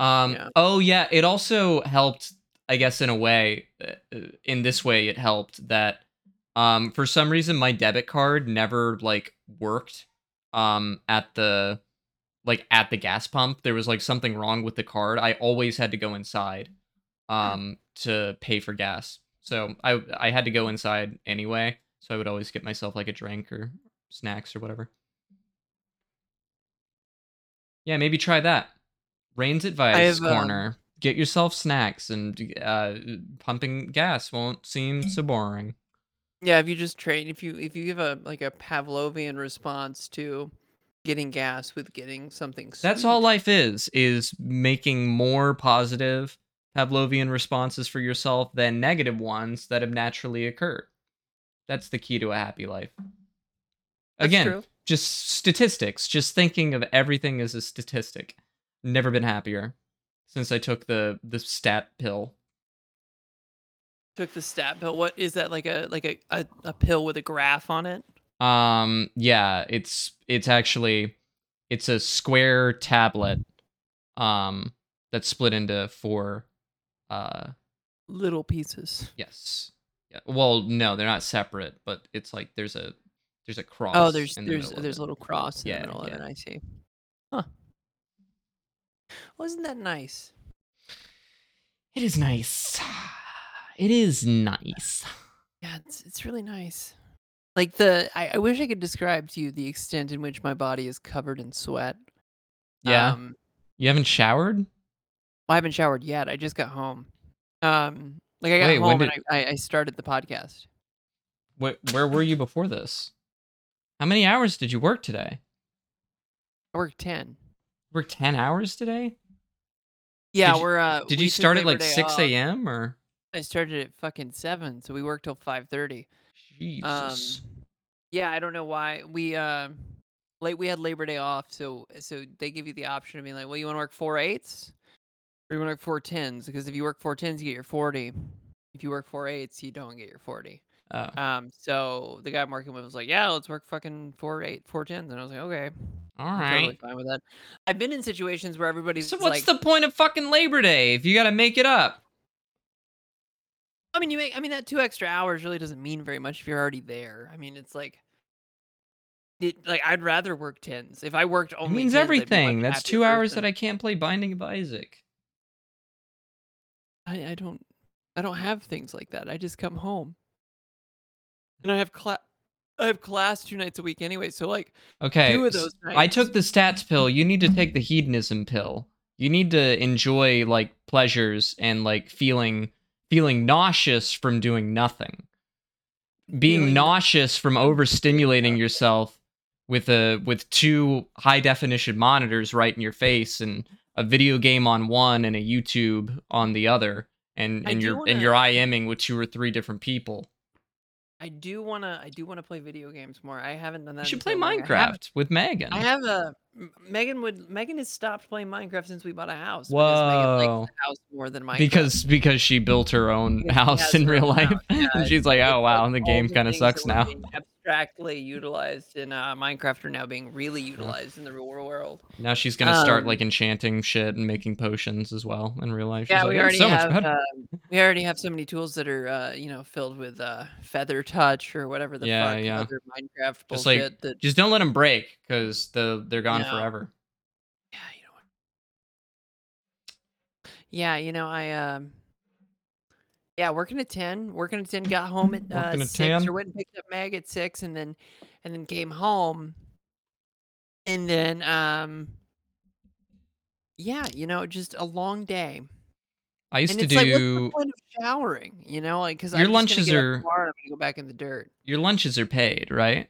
[SPEAKER 2] Um.
[SPEAKER 1] Yeah.
[SPEAKER 2] Oh yeah. It also helped, I guess, in a way. uh, uh, In this way, it helped that, um, for some reason, my debit card never like worked, um, at the, like at the gas pump. There was like something wrong with the card. I always had to go inside,
[SPEAKER 1] Mm.
[SPEAKER 2] um, to pay for gas. So I I had to go inside anyway. So I would always get myself like a drink or snacks or whatever. Yeah, maybe try that. Rain's advice
[SPEAKER 1] have, um,
[SPEAKER 2] corner. Get yourself snacks and uh, pumping gas won't seem so boring.
[SPEAKER 1] Yeah, if you just train, if you if you give a like a Pavlovian response to getting gas with getting something,
[SPEAKER 2] That's
[SPEAKER 1] sweet,
[SPEAKER 2] all life is is making more positive Pavlovian responses for yourself than negative ones that have naturally occurred. That's the key to a happy life.
[SPEAKER 1] That's
[SPEAKER 2] Again,
[SPEAKER 1] true.
[SPEAKER 2] just statistics, just thinking of everything as a statistic. Never been happier since I took the the stat pill.
[SPEAKER 1] took the stat pill. What is that like a like a, a, a pill with a graph on it?
[SPEAKER 2] Um yeah, it's it's actually it's a square tablet um that's split into four uh
[SPEAKER 1] Little pieces.
[SPEAKER 2] Yes. Yeah. Well, no, they're not separate, but it's like there's a there's a cross.
[SPEAKER 1] Oh, there's
[SPEAKER 2] in the
[SPEAKER 1] there's
[SPEAKER 2] middle of
[SPEAKER 1] there's
[SPEAKER 2] it.
[SPEAKER 1] a little cross in
[SPEAKER 2] Yeah,
[SPEAKER 1] the middle
[SPEAKER 2] yeah.
[SPEAKER 1] of it. I see. Huh. Wasn't that nice?
[SPEAKER 2] It is nice. It is nice.
[SPEAKER 1] Yeah, it's it's really nice. Like the I, I wish I could describe to you the extent in which my body is covered in sweat.
[SPEAKER 2] Yeah.
[SPEAKER 1] Um,
[SPEAKER 2] Uh, you haven't showered?
[SPEAKER 1] Well, I haven't showered yet. I just got home. Um, like I got
[SPEAKER 2] Wait, when
[SPEAKER 1] home
[SPEAKER 2] did-
[SPEAKER 1] and I, I, I started the podcast.
[SPEAKER 2] Where where were you before this? How many hours did you work today?
[SPEAKER 1] I worked ten.
[SPEAKER 2] You worked ten hours today?
[SPEAKER 1] Yeah,
[SPEAKER 2] Did you-
[SPEAKER 1] we're. Uh,
[SPEAKER 2] Did
[SPEAKER 1] we
[SPEAKER 2] you
[SPEAKER 1] took
[SPEAKER 2] start at
[SPEAKER 1] Labor
[SPEAKER 2] like
[SPEAKER 1] Day
[SPEAKER 2] six
[SPEAKER 1] off.
[SPEAKER 2] a.m. or?
[SPEAKER 1] I started at fucking seven, so we worked till five thirty. Um,
[SPEAKER 2] Jesus.
[SPEAKER 1] yeah, I don't know why we um, late we had Labor Day off, so so they give you the option of being like, well, you want to work four eighths, or you want to work four tens, because if you work four tens, you get your forty. If you work four eighths, you don't get your forty.
[SPEAKER 2] Oh,
[SPEAKER 1] Um, so the guy I'm working with was like, "Yeah, let's work fucking four eight four tens," and I was like, "Okay,
[SPEAKER 2] all
[SPEAKER 1] I'm
[SPEAKER 2] right.
[SPEAKER 1] totally fine with that." I've been in situations where everybody's
[SPEAKER 2] So what's
[SPEAKER 1] like,
[SPEAKER 2] the point of fucking Labor Day if you got to make it up?
[SPEAKER 1] "I mean, you make, I mean, that two extra hours really doesn't mean very much if you're already there." I mean, it's like, it, like I'd rather work tens. If I worked
[SPEAKER 2] It
[SPEAKER 1] only
[SPEAKER 2] means
[SPEAKER 1] 10s, I'd be a
[SPEAKER 2] everything.
[SPEAKER 1] much
[SPEAKER 2] That's
[SPEAKER 1] happier
[SPEAKER 2] two hours
[SPEAKER 1] person.
[SPEAKER 2] that I can't play Binding of Isaac.
[SPEAKER 1] I, I don't, I don't have things like that. I just come home, and I have class. I have class two nights a week anyway. So like
[SPEAKER 2] Okay.
[SPEAKER 1] two of
[SPEAKER 2] s-
[SPEAKER 1] those nights.
[SPEAKER 2] I took the stats pill. You need to take the hedonism pill. You need to enjoy like pleasures and like feeling feeling nauseous from doing nothing. Being
[SPEAKER 1] Feeling-
[SPEAKER 2] nauseous from overstimulating yourself with a with two high definition monitors right in your face and a video game on one and a YouTube on the other and
[SPEAKER 1] I
[SPEAKER 2] and
[SPEAKER 1] do
[SPEAKER 2] you're
[SPEAKER 1] wanna-
[SPEAKER 2] and you're IMing with two or three different people.
[SPEAKER 1] I do wanna I do wanna play video games more. I haven't done that.
[SPEAKER 2] You should
[SPEAKER 1] in
[SPEAKER 2] play
[SPEAKER 1] so long. I have-
[SPEAKER 2] Minecraft with Megan.
[SPEAKER 1] I have a M- Megan would Megan has stopped playing Minecraft since we bought a house. because Megan likes the
[SPEAKER 2] Whoa.
[SPEAKER 1] house more than Minecraft.
[SPEAKER 2] because because she built her own
[SPEAKER 1] Because she
[SPEAKER 2] house
[SPEAKER 1] has
[SPEAKER 2] in
[SPEAKER 1] her
[SPEAKER 2] real
[SPEAKER 1] own
[SPEAKER 2] life.
[SPEAKER 1] house, yeah,
[SPEAKER 2] and she's like,
[SPEAKER 1] it's
[SPEAKER 2] "Oh wow,
[SPEAKER 1] like
[SPEAKER 2] the
[SPEAKER 1] all
[SPEAKER 2] game kind of
[SPEAKER 1] things that
[SPEAKER 2] sucks
[SPEAKER 1] were
[SPEAKER 2] now."
[SPEAKER 1] being Abstractly utilized in uh, Minecraft are now being really utilized in the real world.
[SPEAKER 2] Now she's gonna start
[SPEAKER 1] Um,
[SPEAKER 2] like enchanting shit and making potions as well in real life. She's
[SPEAKER 1] Yeah,
[SPEAKER 2] like,
[SPEAKER 1] we
[SPEAKER 2] "That's
[SPEAKER 1] already
[SPEAKER 2] so much
[SPEAKER 1] have
[SPEAKER 2] better."
[SPEAKER 1] um, we already have so many tools that are uh, you know filled with uh, feather touch or whatever the
[SPEAKER 2] Yeah,
[SPEAKER 1] fuck
[SPEAKER 2] yeah.
[SPEAKER 1] other Minecraft
[SPEAKER 2] Just like-
[SPEAKER 1] bullshit that
[SPEAKER 2] Just don't let them break because the they're gone
[SPEAKER 1] No.
[SPEAKER 2] forever.
[SPEAKER 1] Yeah, you know. what- Yeah, you know, I um yeah, working at ten, working at ten, got home at uh,
[SPEAKER 2] Working at
[SPEAKER 1] six,
[SPEAKER 2] 10?
[SPEAKER 1] or went and picked up Meg at six, and then and then came home, and then um, yeah, you know, just a long day.
[SPEAKER 2] I used
[SPEAKER 1] and
[SPEAKER 2] to
[SPEAKER 1] it's
[SPEAKER 2] do
[SPEAKER 1] like, what's the point of showering? You know, like because
[SPEAKER 2] Your lunches are-
[SPEAKER 1] hard. I'm gonna go back in the dirt.
[SPEAKER 2] your lunches are paid, right?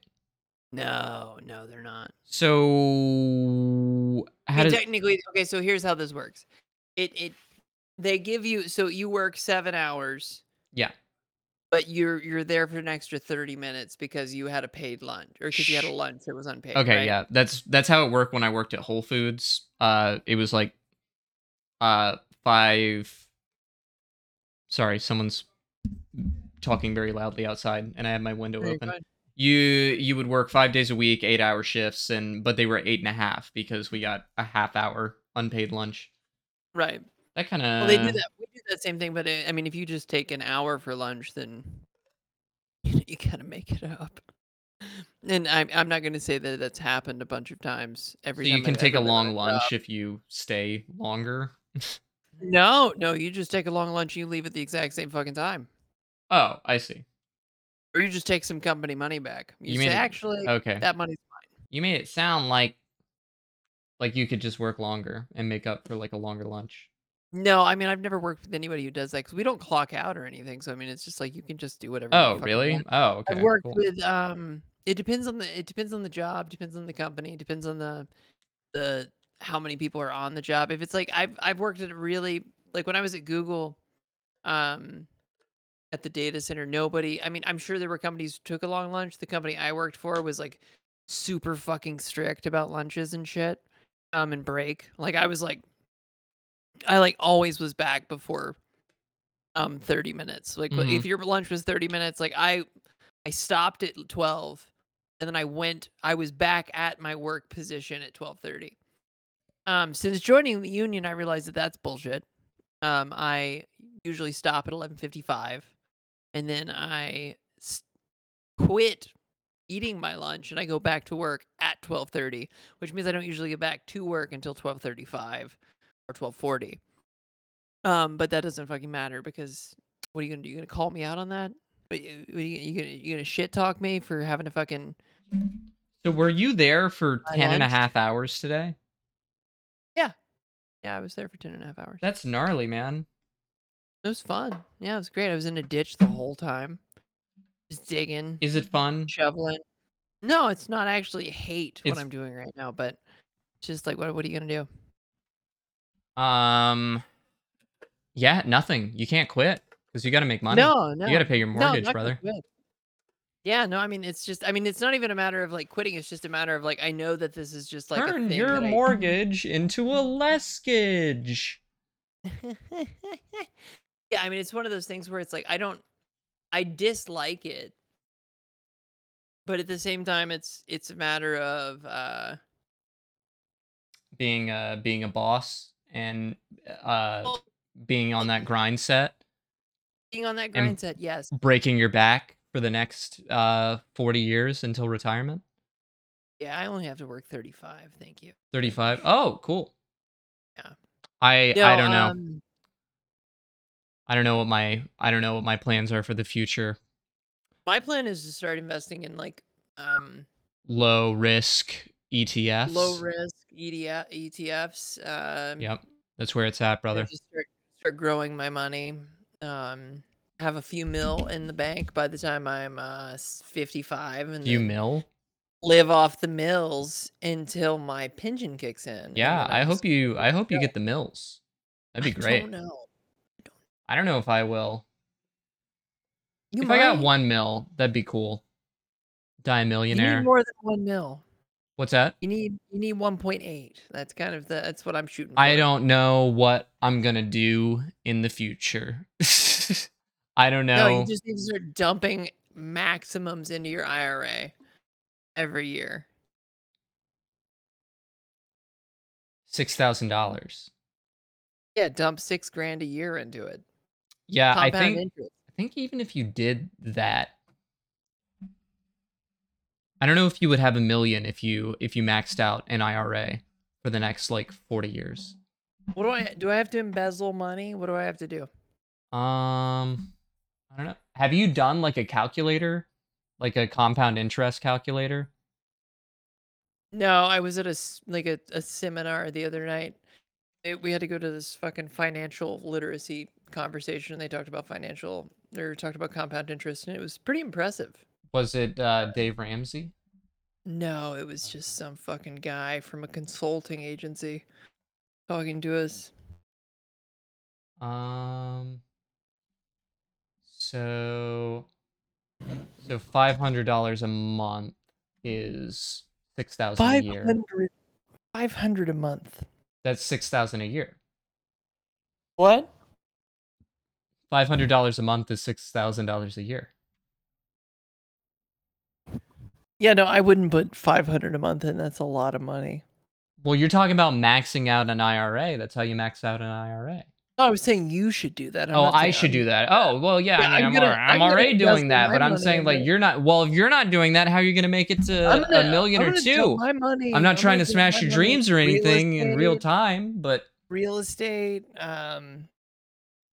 [SPEAKER 1] No, no, they're not.
[SPEAKER 2] So how
[SPEAKER 1] I mean,
[SPEAKER 2] did
[SPEAKER 1] technically okay so here's how this works it it they give you so you work seven hours
[SPEAKER 2] yeah?
[SPEAKER 1] but you're you're there for an extra 30 minutes because you had a paid lunch or because you had a
[SPEAKER 2] Sh-
[SPEAKER 1] lunch that was unpaid
[SPEAKER 2] Okay,
[SPEAKER 1] right?
[SPEAKER 2] yeah. That's that's how it worked when I worked at Whole Foods. Uh it was like uh five sorry, someone's talking very loudly outside and I have my window
[SPEAKER 1] No, you're
[SPEAKER 2] open.
[SPEAKER 1] fine.
[SPEAKER 2] You you would work five days a week, eight hour shifts, and but they were eight and a half because we got a half hour unpaid lunch.
[SPEAKER 1] right
[SPEAKER 2] That kinda
[SPEAKER 1] well they do that we do that same thing but it, i mean if you just take an hour for lunch then you gotta make it up and I'm, I'm not going to say that that's happened a bunch of times
[SPEAKER 2] so
[SPEAKER 1] every time
[SPEAKER 2] you can
[SPEAKER 1] I've
[SPEAKER 2] take a
[SPEAKER 1] ever been on
[SPEAKER 2] long
[SPEAKER 1] job.
[SPEAKER 2] lunch if you stay longer.
[SPEAKER 1] no no you just take a long lunch you leave at the exact same fucking time
[SPEAKER 2] Oh, I see.
[SPEAKER 1] Or you just take some company money back. You,
[SPEAKER 2] You
[SPEAKER 1] say,
[SPEAKER 2] mean it-
[SPEAKER 1] actually,
[SPEAKER 2] Okay.
[SPEAKER 1] that money's
[SPEAKER 2] You made it sound like like you could just work longer and make up for like a longer lunch.
[SPEAKER 1] mine. No, I mean, I've never worked with anybody who does that because we don't clock out or anything. So, I mean, it's just like you can just do whatever. you
[SPEAKER 2] Oh,
[SPEAKER 1] fucking
[SPEAKER 2] really?
[SPEAKER 1] want.
[SPEAKER 2] Oh, okay.
[SPEAKER 1] I've worked
[SPEAKER 2] cool.
[SPEAKER 1] with, um, it depends on the, it depends on the job, depends on the company, depends on the, the, how many people are on the job. If it's like, I've, I've worked at a really, like when I was at Google, um, at the data center, nobody, I mean, I'm sure there were companies who took a long lunch. The company I worked for was like super fucking strict about lunches and shit. um and break. Like I was like I like always was back before um 30 minutes. Like but
[SPEAKER 2] Mhm.
[SPEAKER 1] if your lunch was 30 minutes, like I I stopped at 12 and then I went I was back at my work position at 12:30. Um since joining the union, I realized that that's bullshit. Um I usually stop at 11:55 and then I s- quit eating my lunch and I go back to work at 12:30 which means I don't usually get back to work until 12:35 or 12:40. Um, but that doesn't fucking matter because what are you gonna do? You gonna call me out on that? But you, what are you, you gonna you gonna shit talk me for having a fucking
[SPEAKER 2] So were you there for
[SPEAKER 1] My
[SPEAKER 2] 10 and a
[SPEAKER 1] lunch?
[SPEAKER 2] half hours today?
[SPEAKER 1] yeah? I was there for ten and a half hours.
[SPEAKER 2] That's gnarly, man.
[SPEAKER 1] It was fun. Yeah, it was great. I was in a ditch the whole time, just digging,
[SPEAKER 2] Is it fun?
[SPEAKER 1] shoveling. No, it's not I actually hate what
[SPEAKER 2] It's-
[SPEAKER 1] I'm doing right now, but it's just like what what are you gonna do?
[SPEAKER 2] Um Yeah, nothing. You can't quit cuz you got to make money.
[SPEAKER 1] No, no.
[SPEAKER 2] You got to pay your
[SPEAKER 1] No,
[SPEAKER 2] mortgage,
[SPEAKER 1] not gonna
[SPEAKER 2] brother.
[SPEAKER 1] quit. Yeah, no, I mean it's just I mean it's not even a matter of like quitting, it's just a matter of like I know that this is just like a
[SPEAKER 2] Turn
[SPEAKER 1] thing
[SPEAKER 2] your
[SPEAKER 1] that I-
[SPEAKER 2] mortgage into a leskage.
[SPEAKER 1] yeah, I mean it's one of those things where it's like I don't I dislike it. But at the same time it's it's a matter of uh
[SPEAKER 2] Being uh being a boss and uh being on that grind set.
[SPEAKER 1] being on that grind set, yes.
[SPEAKER 2] breaking your back for the next uh 40 years until retirement
[SPEAKER 1] Yeah, I only have to work 35, thank you.
[SPEAKER 2] 35 oh cool
[SPEAKER 1] Yeah.
[SPEAKER 2] i i
[SPEAKER 1] No,
[SPEAKER 2] don't know
[SPEAKER 1] um,
[SPEAKER 2] i don't know what my i don't know what my plans are for the future
[SPEAKER 1] my plan is to start investing in like um
[SPEAKER 2] low risk E etfs
[SPEAKER 1] low risk E EDF, ETFs um
[SPEAKER 2] yep that's where it's at
[SPEAKER 1] I
[SPEAKER 2] brother
[SPEAKER 1] just start, start growing my money. Um, have a few mil in the bank by the time I'm uh, s- 55. And
[SPEAKER 2] you
[SPEAKER 1] then-
[SPEAKER 2] mill
[SPEAKER 1] live off the mills until my pension kicks in. and
[SPEAKER 2] Yeah,
[SPEAKER 1] then
[SPEAKER 2] I
[SPEAKER 1] I'm
[SPEAKER 2] hope
[SPEAKER 1] just-
[SPEAKER 2] you I hope you get the mills. That'd be
[SPEAKER 1] I
[SPEAKER 2] great.
[SPEAKER 1] Don't know.
[SPEAKER 2] I don't know if I will.
[SPEAKER 1] You
[SPEAKER 2] if I got
[SPEAKER 1] might.
[SPEAKER 2] one mil, that'd be cool. Die a
[SPEAKER 1] you
[SPEAKER 2] millionaire.
[SPEAKER 1] need more than one mil.
[SPEAKER 2] What's that?
[SPEAKER 1] You need you need one point eight. That's kind of the that's what I'm shooting.
[SPEAKER 2] I
[SPEAKER 1] for.
[SPEAKER 2] don't know what I'm gonna do in the future. I don't know.
[SPEAKER 1] No, you just need to start dumping maximums into your IRA every year.
[SPEAKER 2] Six thousand dollars.
[SPEAKER 1] Yeah, dump six grand a year into it.
[SPEAKER 2] Yeah, Uh, I
[SPEAKER 1] Compound
[SPEAKER 2] think
[SPEAKER 1] interest.
[SPEAKER 2] I think even if you did that, I don't know if you would have a million if you if you maxed out an IRA for the next like forty years.
[SPEAKER 1] What do I do? I have to embezzle money. What do I have to do?
[SPEAKER 2] Um, I don't know. Have you done like a calculator, like a compound interest calculator?
[SPEAKER 1] No, I was at a s- like a, a seminar the other night. They- we had to go to this fucking financial literacy conversation. and They talked about financial. They talked about compound interest, and it was pretty impressive.
[SPEAKER 2] Was it uh, Dave Ramsey?
[SPEAKER 1] No, it was just some fucking guy from a consulting agency talking to us.
[SPEAKER 2] Um, so so five hundred dollars a month is six thousand a
[SPEAKER 1] Five
[SPEAKER 2] year.
[SPEAKER 1] hundred. Five hundred a month.
[SPEAKER 2] That's six thousand a year.
[SPEAKER 1] What?
[SPEAKER 2] Five hundred dollars a month is six thousand dollars a year.
[SPEAKER 1] Yeah, no, I wouldn't put five hundred a month in. That's a lot of money.
[SPEAKER 2] Well, you're talking about maxing out an IRA. That's how you max out an IRA.
[SPEAKER 1] No, I was saying you should do that. I'm
[SPEAKER 2] oh,
[SPEAKER 1] not
[SPEAKER 2] I
[SPEAKER 1] saying
[SPEAKER 2] should
[SPEAKER 1] I'm-
[SPEAKER 2] do that. Oh, well, yeah.
[SPEAKER 1] Yeah,
[SPEAKER 2] I mean,
[SPEAKER 1] I'm
[SPEAKER 2] I'm,
[SPEAKER 1] gonna-
[SPEAKER 2] alri- I'm
[SPEAKER 1] I'm gonna
[SPEAKER 2] already
[SPEAKER 1] invest
[SPEAKER 2] doing that,
[SPEAKER 1] my
[SPEAKER 2] but I'm
[SPEAKER 1] money
[SPEAKER 2] saying
[SPEAKER 1] in
[SPEAKER 2] like
[SPEAKER 1] it.
[SPEAKER 2] you're not. Well, if you're not doing that, how are you gonna make it to
[SPEAKER 1] I'm gonna-
[SPEAKER 2] a million
[SPEAKER 1] I'm
[SPEAKER 2] or
[SPEAKER 1] gonna dump
[SPEAKER 2] two?
[SPEAKER 1] My money.
[SPEAKER 2] I'm not
[SPEAKER 1] gonna
[SPEAKER 2] trying to
[SPEAKER 1] dump
[SPEAKER 2] smash
[SPEAKER 1] my
[SPEAKER 2] your
[SPEAKER 1] money
[SPEAKER 2] dreams or
[SPEAKER 1] real
[SPEAKER 2] anything in real
[SPEAKER 1] estate-
[SPEAKER 2] time, but
[SPEAKER 1] Real estate, um,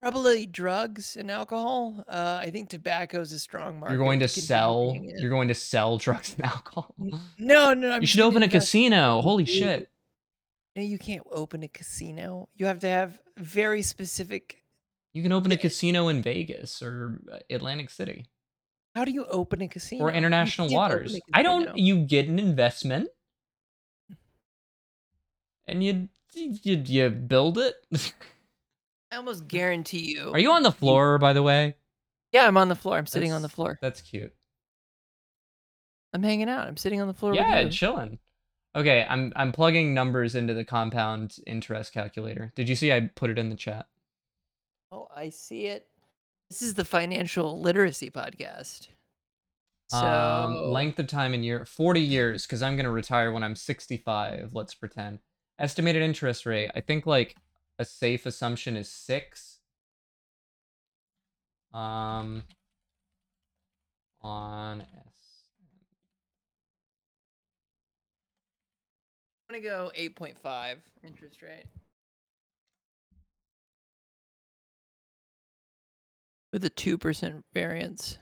[SPEAKER 1] probably drugs and alcohol. Uh, I think tobacco is a strong market.
[SPEAKER 2] you're going to
[SPEAKER 1] continue
[SPEAKER 2] sell.
[SPEAKER 1] being in.
[SPEAKER 2] You're going to sell drugs and alcohol.
[SPEAKER 1] No, no. I'm
[SPEAKER 2] you should
[SPEAKER 1] saying
[SPEAKER 2] open a
[SPEAKER 1] invest-
[SPEAKER 2] casino. Holy
[SPEAKER 1] Dude.
[SPEAKER 2] shit!
[SPEAKER 1] No, you can't open a casino. You have to have very specific.
[SPEAKER 2] You can open a casino in Vegas or uh, Atlantic City.
[SPEAKER 1] How do you open a casino?
[SPEAKER 2] or
[SPEAKER 1] You
[SPEAKER 2] international
[SPEAKER 1] can't open a
[SPEAKER 2] waters. I don't.
[SPEAKER 1] casino.
[SPEAKER 2] You get an investment, and you you you build it.
[SPEAKER 1] I almost guarantee you.
[SPEAKER 2] Are you on the floor, by the way?
[SPEAKER 1] Yeah, I'm on the floor. I'm sitting on the
[SPEAKER 2] That's-
[SPEAKER 1] floor.
[SPEAKER 2] That's cute.
[SPEAKER 1] I'm hanging out. I'm sitting on the floor. with
[SPEAKER 2] Yeah,
[SPEAKER 1] you.
[SPEAKER 2] chilling. Okay, I'm I'm plugging numbers into the compound interest calculator. Did you see? I put it in the chat.
[SPEAKER 1] Oh, I see it. This is the financial literacy podcast. So,
[SPEAKER 2] Um, length of time in year, forty years, because I'm gonna retire when I'm sixty-five. Let's pretend. Estimated interest rate. I think like a safe assumption is six. Um, on S.
[SPEAKER 1] I'm gonna go 8.5 interest rate. With a 2% variance.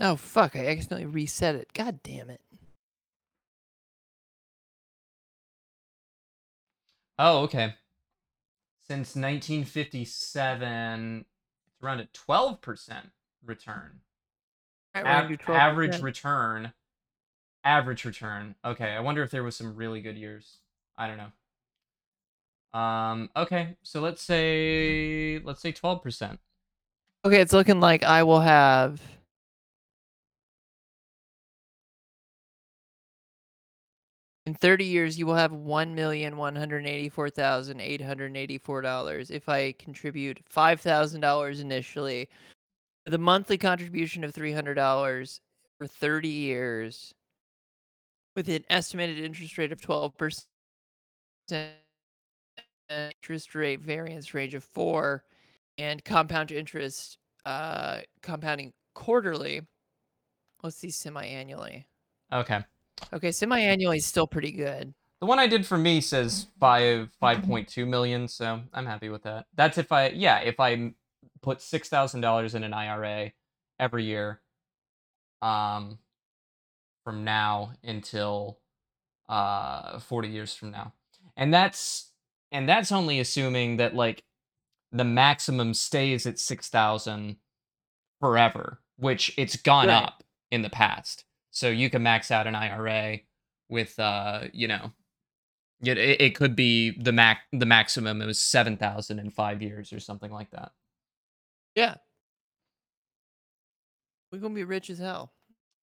[SPEAKER 1] Oh fuck, I accidentally reset it. God damn it.
[SPEAKER 2] Oh, okay. Since 1957, it's around a 12% return.
[SPEAKER 1] All right,
[SPEAKER 2] Av-
[SPEAKER 1] we're gonna do
[SPEAKER 2] average
[SPEAKER 1] 12%.
[SPEAKER 2] return. Average return. Okay, I wonder if there was some really good years. I don't know. Um. Okay, so let's say let's say 12%.
[SPEAKER 1] Okay, it's looking like I will have. In 30 years, you will have $1,184,884 if I contribute $5,000 initially, with a monthly contribution of $300 for 30 years, with an estimated interest rate of 12%, and interest rate variance range of 4 and compound interest uh compounding quarterly let's see semi-annually
[SPEAKER 2] Okay.
[SPEAKER 1] okay semi-annually is still pretty good
[SPEAKER 2] The one I did for me says 5 5.2 million, so I'm happy with that. That's if I yeah, if I m- put $6,000 in an IRA every year um from now until uh 40 years from now. And that's and that's only assuming that like the maximum stays at 6,000 forever which it's gone
[SPEAKER 1] Right.
[SPEAKER 2] up in the past. So you can max out an IRA with uh, you know, it it it could be the mac the maximum it was 7,000 in 5 years or something like that.
[SPEAKER 1] Yeah. We're gonna be rich as hell.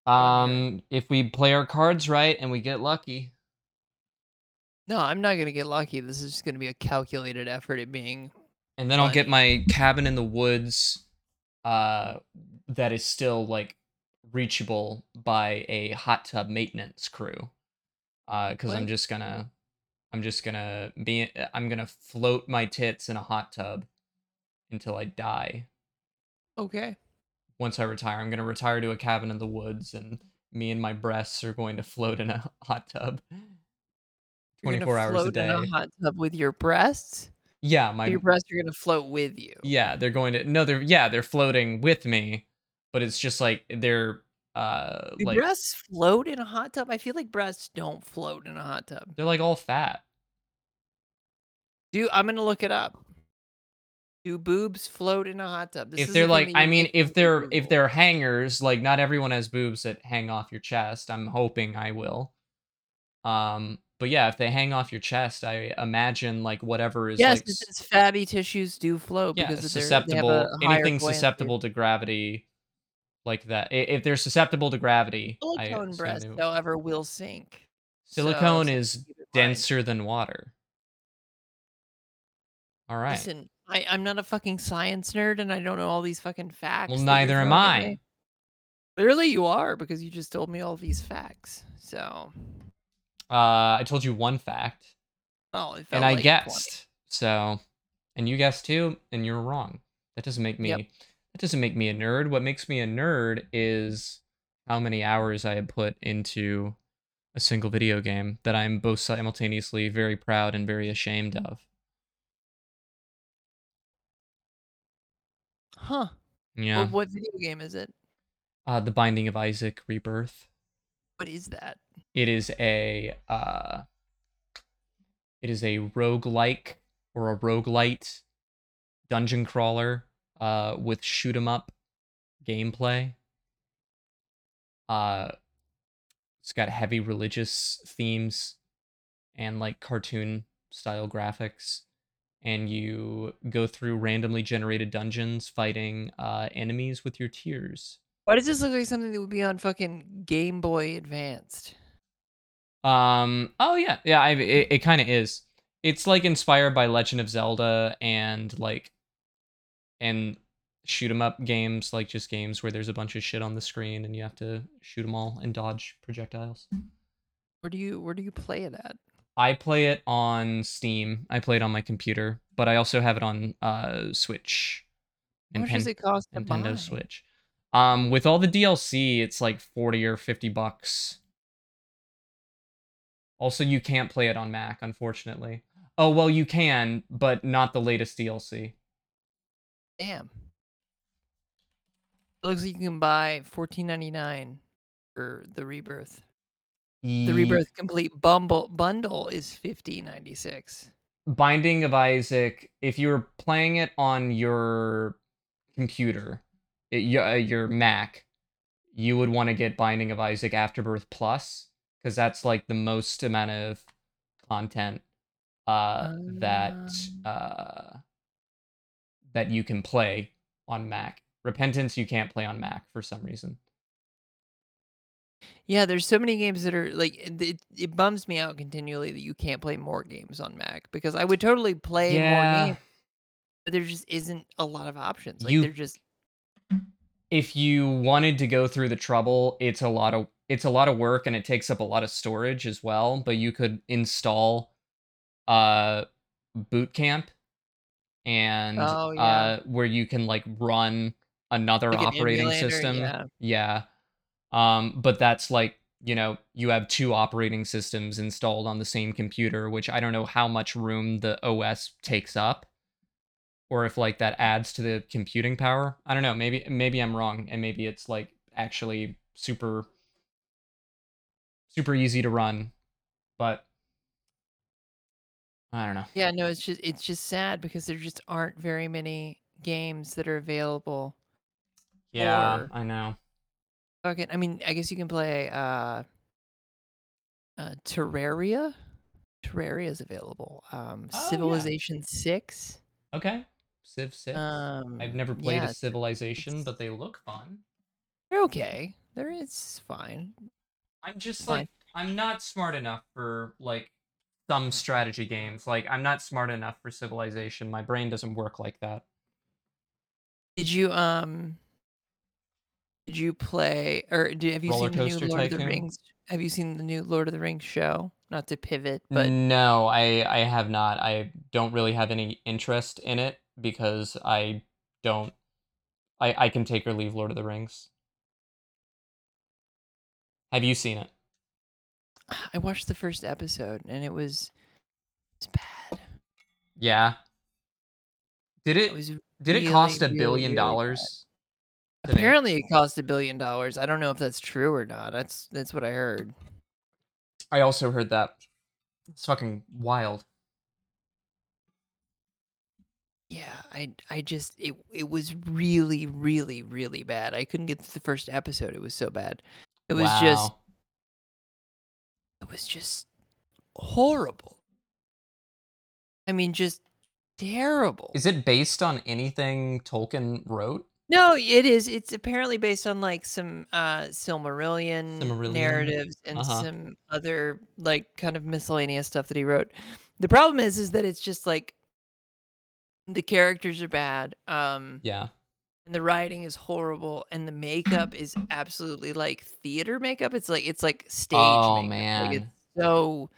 [SPEAKER 1] Oh, yeah.
[SPEAKER 2] Um if we play our cards right and we get lucky.
[SPEAKER 1] No, I'm not gonna get lucky. This is just gonna be a calculated effort at being
[SPEAKER 2] and then I'll get my cabin in the woods uh that is still like reachable by a hot tub maintenance crew uh cuz I'm
[SPEAKER 1] What?
[SPEAKER 2] just going to I'm just going to be I'm going to float my tits in a hot tub until I die.
[SPEAKER 1] okay.
[SPEAKER 2] Once I retire, I'm going to retire to a cabin in the woods and me and my breasts are going to float in a hot tub.
[SPEAKER 1] You're gonna
[SPEAKER 2] 24 hours a
[SPEAKER 1] float In
[SPEAKER 2] day.
[SPEAKER 1] a hot tub with your breasts.
[SPEAKER 2] Yeah,
[SPEAKER 1] but
[SPEAKER 2] my
[SPEAKER 1] your breasts are gonna float with you.
[SPEAKER 2] Yeah, they're going to no, they're yeah, they're floating with me, but it's just like they're uh
[SPEAKER 1] Do
[SPEAKER 2] like
[SPEAKER 1] breasts float in a hot tub? I feel like breasts don't float in a hot tub.
[SPEAKER 2] they're like all fat.
[SPEAKER 1] Do I'm gonna look it up. Do boobs float in a hot tub? This
[SPEAKER 2] if
[SPEAKER 1] is
[SPEAKER 2] they're
[SPEAKER 1] a thing
[SPEAKER 2] like
[SPEAKER 1] that
[SPEAKER 2] I
[SPEAKER 1] you
[SPEAKER 2] mean
[SPEAKER 1] can
[SPEAKER 2] if they're
[SPEAKER 1] Google.
[SPEAKER 2] if they're hangers, like not everyone has boobs that hang off your chest. I'm hoping I will. Um but yeah, if they hang off your chest, I imagine like whatever is
[SPEAKER 1] yes,
[SPEAKER 2] like
[SPEAKER 1] it
[SPEAKER 2] s-
[SPEAKER 1] says fatty tissues do float
[SPEAKER 2] yeah,
[SPEAKER 1] because of their-
[SPEAKER 2] susceptible
[SPEAKER 1] they have a higher
[SPEAKER 2] anything
[SPEAKER 1] buoyancy.
[SPEAKER 2] susceptible to gravity like that. I- If they're susceptible to gravity, I
[SPEAKER 1] Silicone
[SPEAKER 2] assume
[SPEAKER 1] breast,
[SPEAKER 2] they will-
[SPEAKER 1] however, will sink. So,
[SPEAKER 2] silicone
[SPEAKER 1] just
[SPEAKER 2] is
[SPEAKER 1] keep it in mind.
[SPEAKER 2] denser than water. All right.
[SPEAKER 1] Listen, I, I'm not a fucking science nerd and I don't know all these fucking facts.
[SPEAKER 2] well,
[SPEAKER 1] that you're
[SPEAKER 2] neither am
[SPEAKER 1] throwing
[SPEAKER 2] I.
[SPEAKER 1] away. Clearly, you are because you just told me all these facts. So,
[SPEAKER 2] Uh, I told you one fact,
[SPEAKER 1] oh, it felt
[SPEAKER 2] and I
[SPEAKER 1] like 20.
[SPEAKER 2] guessed. So, and you guessed too, and you're wrong. That doesn't make me.
[SPEAKER 1] Yep.
[SPEAKER 2] That doesn't make me a nerd. What makes me a nerd is how many hours I have put into a single video game that I'm both simultaneously very proud and very ashamed
[SPEAKER 1] Mm.
[SPEAKER 2] of.
[SPEAKER 1] Huh.
[SPEAKER 2] Yeah.
[SPEAKER 1] Well, what video game is it? Oh.
[SPEAKER 2] uh, the Binding of Isaac Rebirth.
[SPEAKER 1] What is that?
[SPEAKER 2] it is a uh it is a roguelike or a roguelite dungeon crawler uh with shoot 'em up gameplay uh it's got heavy religious themes and like cartoon style graphics and you go through randomly generated dungeons fighting uh enemies with your tears
[SPEAKER 1] Why does this look like something that would be on fucking Game Boy Advanced?
[SPEAKER 2] Um. Oh yeah, yeah. I it, it kind of is. It's like inspired by Legend of Zelda and like, and shoot 'em up games, like just games where there's a bunch of shit on the screen and you have to shoot 'em all and dodge projectiles.
[SPEAKER 1] Where do you where do you play it at?
[SPEAKER 2] I play it on Steam. I play it on my computer, but I also have it on uh Switch
[SPEAKER 1] How much does
[SPEAKER 2] Pen-
[SPEAKER 1] it cost to buy?
[SPEAKER 2] Nintendo Switch. Um, with all the DLC, it's like forty or fifty bucks. Also, you can't play it on Mac, unfortunately. Oh well, you can, but not the latest DLC.
[SPEAKER 1] Damn. It looks like you can buy fourteen ninety nine for the rebirth. The rebirth complete bumble bundle is fifty ninety six.
[SPEAKER 2] Binding of Isaac. If you were playing it on your computer, it, your, uh, your Mac, you would want to get Binding of Isaac Afterbirth Plus because that's like the most amount of content uh, that
[SPEAKER 1] Ah.
[SPEAKER 2] uh, that you can play on Mac. Repentance you can't play on Mac for some reason.
[SPEAKER 1] Yeah, there's so many games that are like it, it, it bums me out continually that you can't play more games on Mac because I would totally play more games, but there just isn't a lot of options. Like
[SPEAKER 2] You-
[SPEAKER 1] they're just
[SPEAKER 2] if you wanted to go through the trouble, it's a lot of it's a lot of work and it takes up a lot of storage as well, but you could install uh boot camp and
[SPEAKER 1] Oh, yeah.
[SPEAKER 2] uh where you can like run another
[SPEAKER 1] like an
[SPEAKER 2] operating
[SPEAKER 1] emulator,
[SPEAKER 2] system.
[SPEAKER 1] Yeah.
[SPEAKER 2] Yeah. Um, but that's like, you know, you have two operating systems installed on the same computer, which I don't know how much room the OS takes up or if like that adds to the computing power. I don't know. Maybe maybe I'm wrong and maybe it's like actually super super easy to run, but I don't know.
[SPEAKER 1] Yeah, no, it's just it's just sad because there just aren't very many games that are available
[SPEAKER 2] Yeah,
[SPEAKER 1] Or-
[SPEAKER 2] I know.
[SPEAKER 1] Fucking, I mean, I guess you can play uh, uh, Terraria. Terraria is available. Um,
[SPEAKER 2] Oh, yeah.
[SPEAKER 1] Civilization Six.
[SPEAKER 2] Okay. Civ 6.
[SPEAKER 1] Um,
[SPEAKER 2] I've never played
[SPEAKER 1] yeah,
[SPEAKER 2] a
[SPEAKER 1] it's-
[SPEAKER 2] Civilization,
[SPEAKER 1] it's-
[SPEAKER 2] but they look fun.
[SPEAKER 1] They're okay. They're it's fine.
[SPEAKER 2] I'm just
[SPEAKER 1] Fine.
[SPEAKER 2] like I'm not smart enough for like some strategy games. Like I'm not smart enough for Civilization. My brain doesn't work like that.
[SPEAKER 1] Did you um? Did you play or do, have you
[SPEAKER 2] Roller
[SPEAKER 1] seen the new
[SPEAKER 2] Coaster
[SPEAKER 1] Lord of the
[SPEAKER 2] Tycoon?
[SPEAKER 1] Rings? Have you seen the new Lord of the Rings show? Not to pivot, but
[SPEAKER 2] Mm. no, I I have not. I don't really have any interest in it because I don't. I I can take or leave Lord of the Rings. Have you seen it?
[SPEAKER 1] I watched the first episode and it was it's bad.
[SPEAKER 2] Yeah. Did
[SPEAKER 1] It was
[SPEAKER 2] did it
[SPEAKER 1] really,
[SPEAKER 2] cost a
[SPEAKER 1] really,
[SPEAKER 2] billion
[SPEAKER 1] really bad.
[SPEAKER 2] dollars? to make?
[SPEAKER 1] apparently it cost a billion dollars. I don't know if that's true or not. That's that's what I heard.
[SPEAKER 2] I also heard that. It's fucking wild.
[SPEAKER 1] Yeah, I I just it it was really really really bad. I couldn't get through the first episode. It was so bad. It was just
[SPEAKER 2] Wow.
[SPEAKER 1] it was just horrible. I mean, just terrible.
[SPEAKER 2] Is it based on anything Tolkien wrote?
[SPEAKER 1] No, it is. It's apparently based on like some uh Silmarillion,
[SPEAKER 2] Silmarillion,
[SPEAKER 1] narratives and
[SPEAKER 2] uh-huh.
[SPEAKER 1] some other like kind of miscellaneous stuff that he wrote. The problem is is that it's just like the characters are bad. Um
[SPEAKER 2] Yeah.
[SPEAKER 1] and the writing is horrible and the makeup is absolutely like theater makeup. It's like it's like stage
[SPEAKER 2] Oh,
[SPEAKER 1] makeup. Like, it's
[SPEAKER 2] man.
[SPEAKER 1] so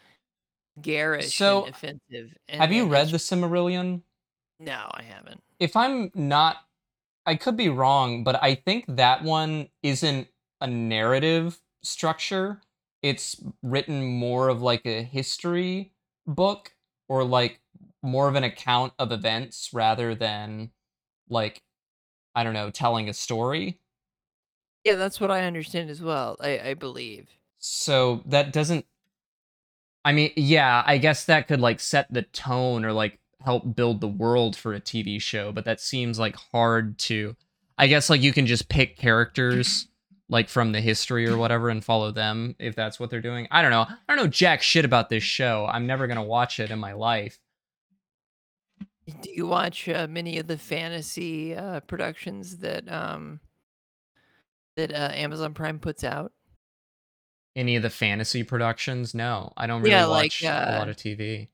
[SPEAKER 1] garish
[SPEAKER 2] So,
[SPEAKER 1] and offensive. And,
[SPEAKER 2] Have you
[SPEAKER 1] and
[SPEAKER 2] read
[SPEAKER 1] it's-
[SPEAKER 2] the Cimmerillion?
[SPEAKER 1] No, I haven't.
[SPEAKER 2] If I'm not, I could be wrong, but I think that one isn't a narrative structure. It's written more of like a history book or like more of an account of events rather than like, I don't know, telling a story.
[SPEAKER 1] Yeah, that's what I understand as well. I, I believe.
[SPEAKER 2] So that doesn't. I mean, yeah, I guess that could like set the tone or like help build the world for a TV show, but that seems like hard to. I guess like you can just pick characters like from the history or whatever and follow them if that's what they're doing. I don't know. I don't know jack shit about this show. I'm never going to watch it in my life.
[SPEAKER 1] Do you watch uh, many of the fantasy uh, productions that um that uh, Amazon Prime puts out?
[SPEAKER 2] Any of the fantasy productions? No, I don't really
[SPEAKER 1] Yeah, like,
[SPEAKER 2] watch a lot
[SPEAKER 1] uh,
[SPEAKER 2] of TV.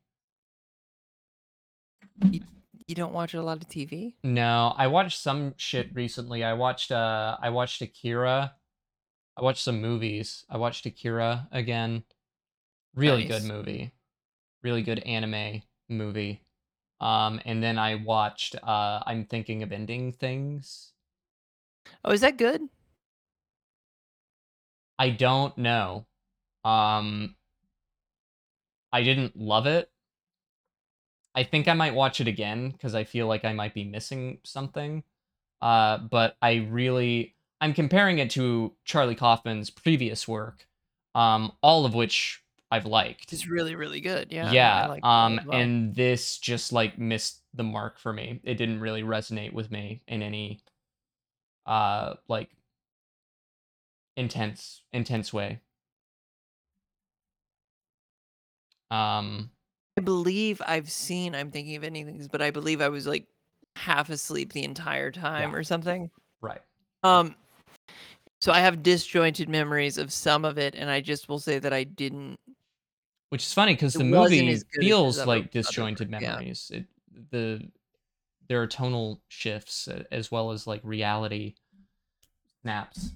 [SPEAKER 1] You don't watch a lot of TV.
[SPEAKER 2] No, I watched some shit recently. I watched uh I watched Akira. I watched some movies. I watched Akira again. Really good
[SPEAKER 1] Nice.
[SPEAKER 2] movie. Really good anime movie. Um and then I watched uh I'm thinking of ending things.
[SPEAKER 1] Oh, is that good?
[SPEAKER 2] I don't know. Um I didn't love it. I think I might watch it again because I feel like I might be missing something. Uh but I really I'm comparing it to Charlie Kaufman's previous work, um, all of which I've liked.
[SPEAKER 1] It's really really good. Yeah. I like that
[SPEAKER 2] um
[SPEAKER 1] as well.
[SPEAKER 2] and this just like missed the mark for me. It didn't really resonate with me in any uh like intense intense way. Um
[SPEAKER 1] I believe I've seen. I'm thinking of anything, but I believe I was like half asleep the entire time or something.
[SPEAKER 2] right.
[SPEAKER 1] Um, so I have disjointed memories of some of it, and I just will say that I didn't
[SPEAKER 2] Which is funny because
[SPEAKER 1] It
[SPEAKER 2] the
[SPEAKER 1] wasn't
[SPEAKER 2] movie
[SPEAKER 1] as good as his
[SPEAKER 2] feels
[SPEAKER 1] other-
[SPEAKER 2] like
[SPEAKER 1] other
[SPEAKER 2] disjointed
[SPEAKER 1] work, yeah.
[SPEAKER 2] memories. It the there are tonal shifts a- as well as like reality snaps.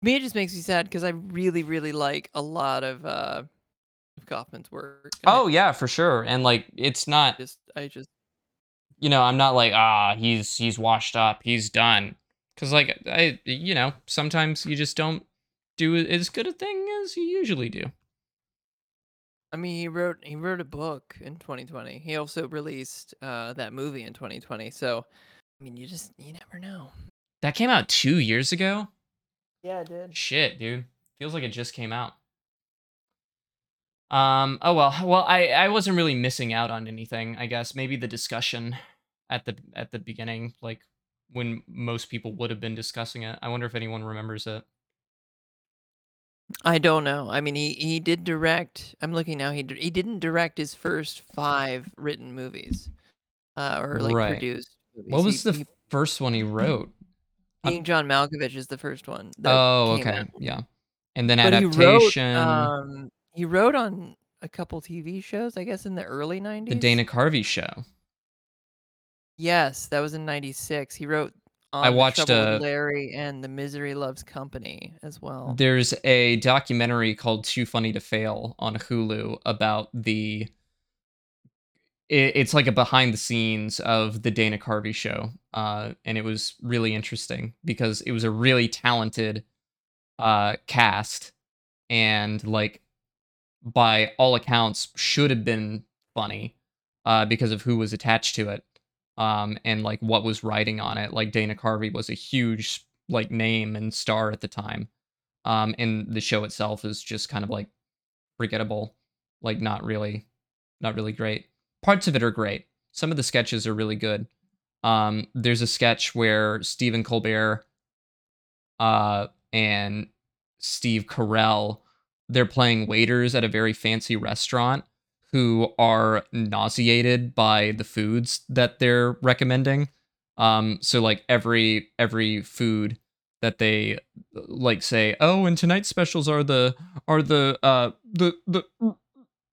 [SPEAKER 1] me it just makes me sad because i really really like a lot of uh of kaufman's work and I
[SPEAKER 2] Oh yeah, for sure. And like it's not
[SPEAKER 1] just i just
[SPEAKER 2] you know, I'm not like ah, he's he's washed up, he's done. Cuz like I you know, sometimes you just don't do as good a thing as you usually do.
[SPEAKER 1] i mean he wrote he wrote a book in 2020 he also released uh that movie in 2020 so i mean you just you never know
[SPEAKER 2] That came out 2 years ago.
[SPEAKER 1] yeah it did
[SPEAKER 2] Shit, dude. Feels like it just came out. Um, oh well. Well, I I wasn't really missing out on anything, I guess. Maybe the discussion at the at the beginning like when most people would have been discussing it. I wonder if anyone remembers it.
[SPEAKER 1] I don't know. I mean, he he did direct. I'm looking now. He di- he didn't direct his first five written movies, uh, or like
[SPEAKER 2] Right.
[SPEAKER 1] produced. Movies.
[SPEAKER 2] What was
[SPEAKER 1] he,
[SPEAKER 2] the
[SPEAKER 1] he-
[SPEAKER 2] first one he wrote? I'm-
[SPEAKER 1] being John Malkovich is the first one? that
[SPEAKER 2] Oh,
[SPEAKER 1] came
[SPEAKER 2] okay,
[SPEAKER 1] out.
[SPEAKER 2] yeah. And then
[SPEAKER 1] But
[SPEAKER 2] adaptation,
[SPEAKER 1] He wrote, um, he wrote on a couple TV shows, I guess, in the early '90s.
[SPEAKER 2] the Dana Carvey show.
[SPEAKER 1] Yes, that was in '96. He wrote. On The
[SPEAKER 2] watched uh,
[SPEAKER 1] Trouble with
[SPEAKER 2] a-
[SPEAKER 1] Larry and the Misery Loves Company as well.
[SPEAKER 2] There's a documentary called Too Funny to Fail on Hulu about the. It, it's like a behind the scenes of the Dana Carvey show. Uh, and it was really interesting because it was a really talented uh, cast and, like, by all accounts, should have been funny uh, because of who was attached to it um, and, like, what was riding on it. Like, Dana Carvey was a huge, like, name and star at the time um and the show itself is just kind of like forgettable like not really not really great parts of it are great some of the sketches are really good um there's a sketch where stephen colbert uh and steve carell they're playing waiters at a very fancy restaurant who are nauseated by the foods that they're recommending um so like every every food that they like say, "Oh, and tonight's specials are the are the uh the the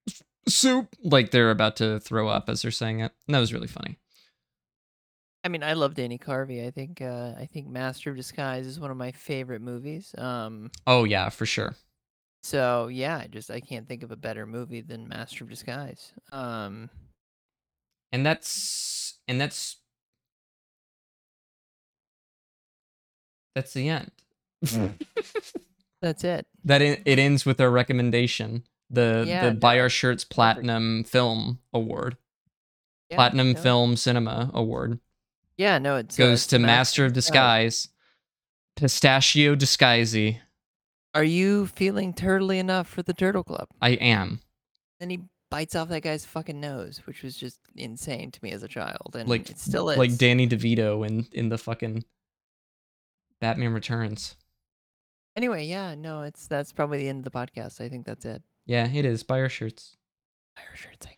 [SPEAKER 2] s- soup." Like they're about to throw up as they're saying it. And that was really funny.
[SPEAKER 1] I mean, I love Danny Carvey. I think uh, I think Master of Disguise is one of my favorite movies. Um,
[SPEAKER 2] Oh yeah, for sure.
[SPEAKER 1] so yeah, I just I can't think of a better movie than Master of Disguise. Um,
[SPEAKER 2] And that's and that's that's the end.
[SPEAKER 1] that's it.
[SPEAKER 2] that in, it ends with our recommendation, the
[SPEAKER 1] Yeah,
[SPEAKER 2] the Buy
[SPEAKER 1] no,
[SPEAKER 2] Our Shirts Platinum Film Award,
[SPEAKER 1] Yeah,
[SPEAKER 2] Platinum
[SPEAKER 1] no.
[SPEAKER 2] Film Cinema Award.
[SPEAKER 1] Yeah, no, it's uh,
[SPEAKER 2] goes
[SPEAKER 1] it's
[SPEAKER 2] to Master of Disguise, Pistachio Disguisey.
[SPEAKER 1] Are you feeling turtly enough for the Turtle Club?
[SPEAKER 2] I am
[SPEAKER 1] Then he bites off that guy's fucking nose, which was just insane to me as a child, and
[SPEAKER 2] Like-
[SPEAKER 1] it still is.
[SPEAKER 2] like Danny DeVito in in the fucking Batman Returns.
[SPEAKER 1] anyway, yeah, no, it's that's probably the end of the podcast. I think that's it.
[SPEAKER 2] Yeah, it is. Buy our shirts.
[SPEAKER 1] Buy our shirts, I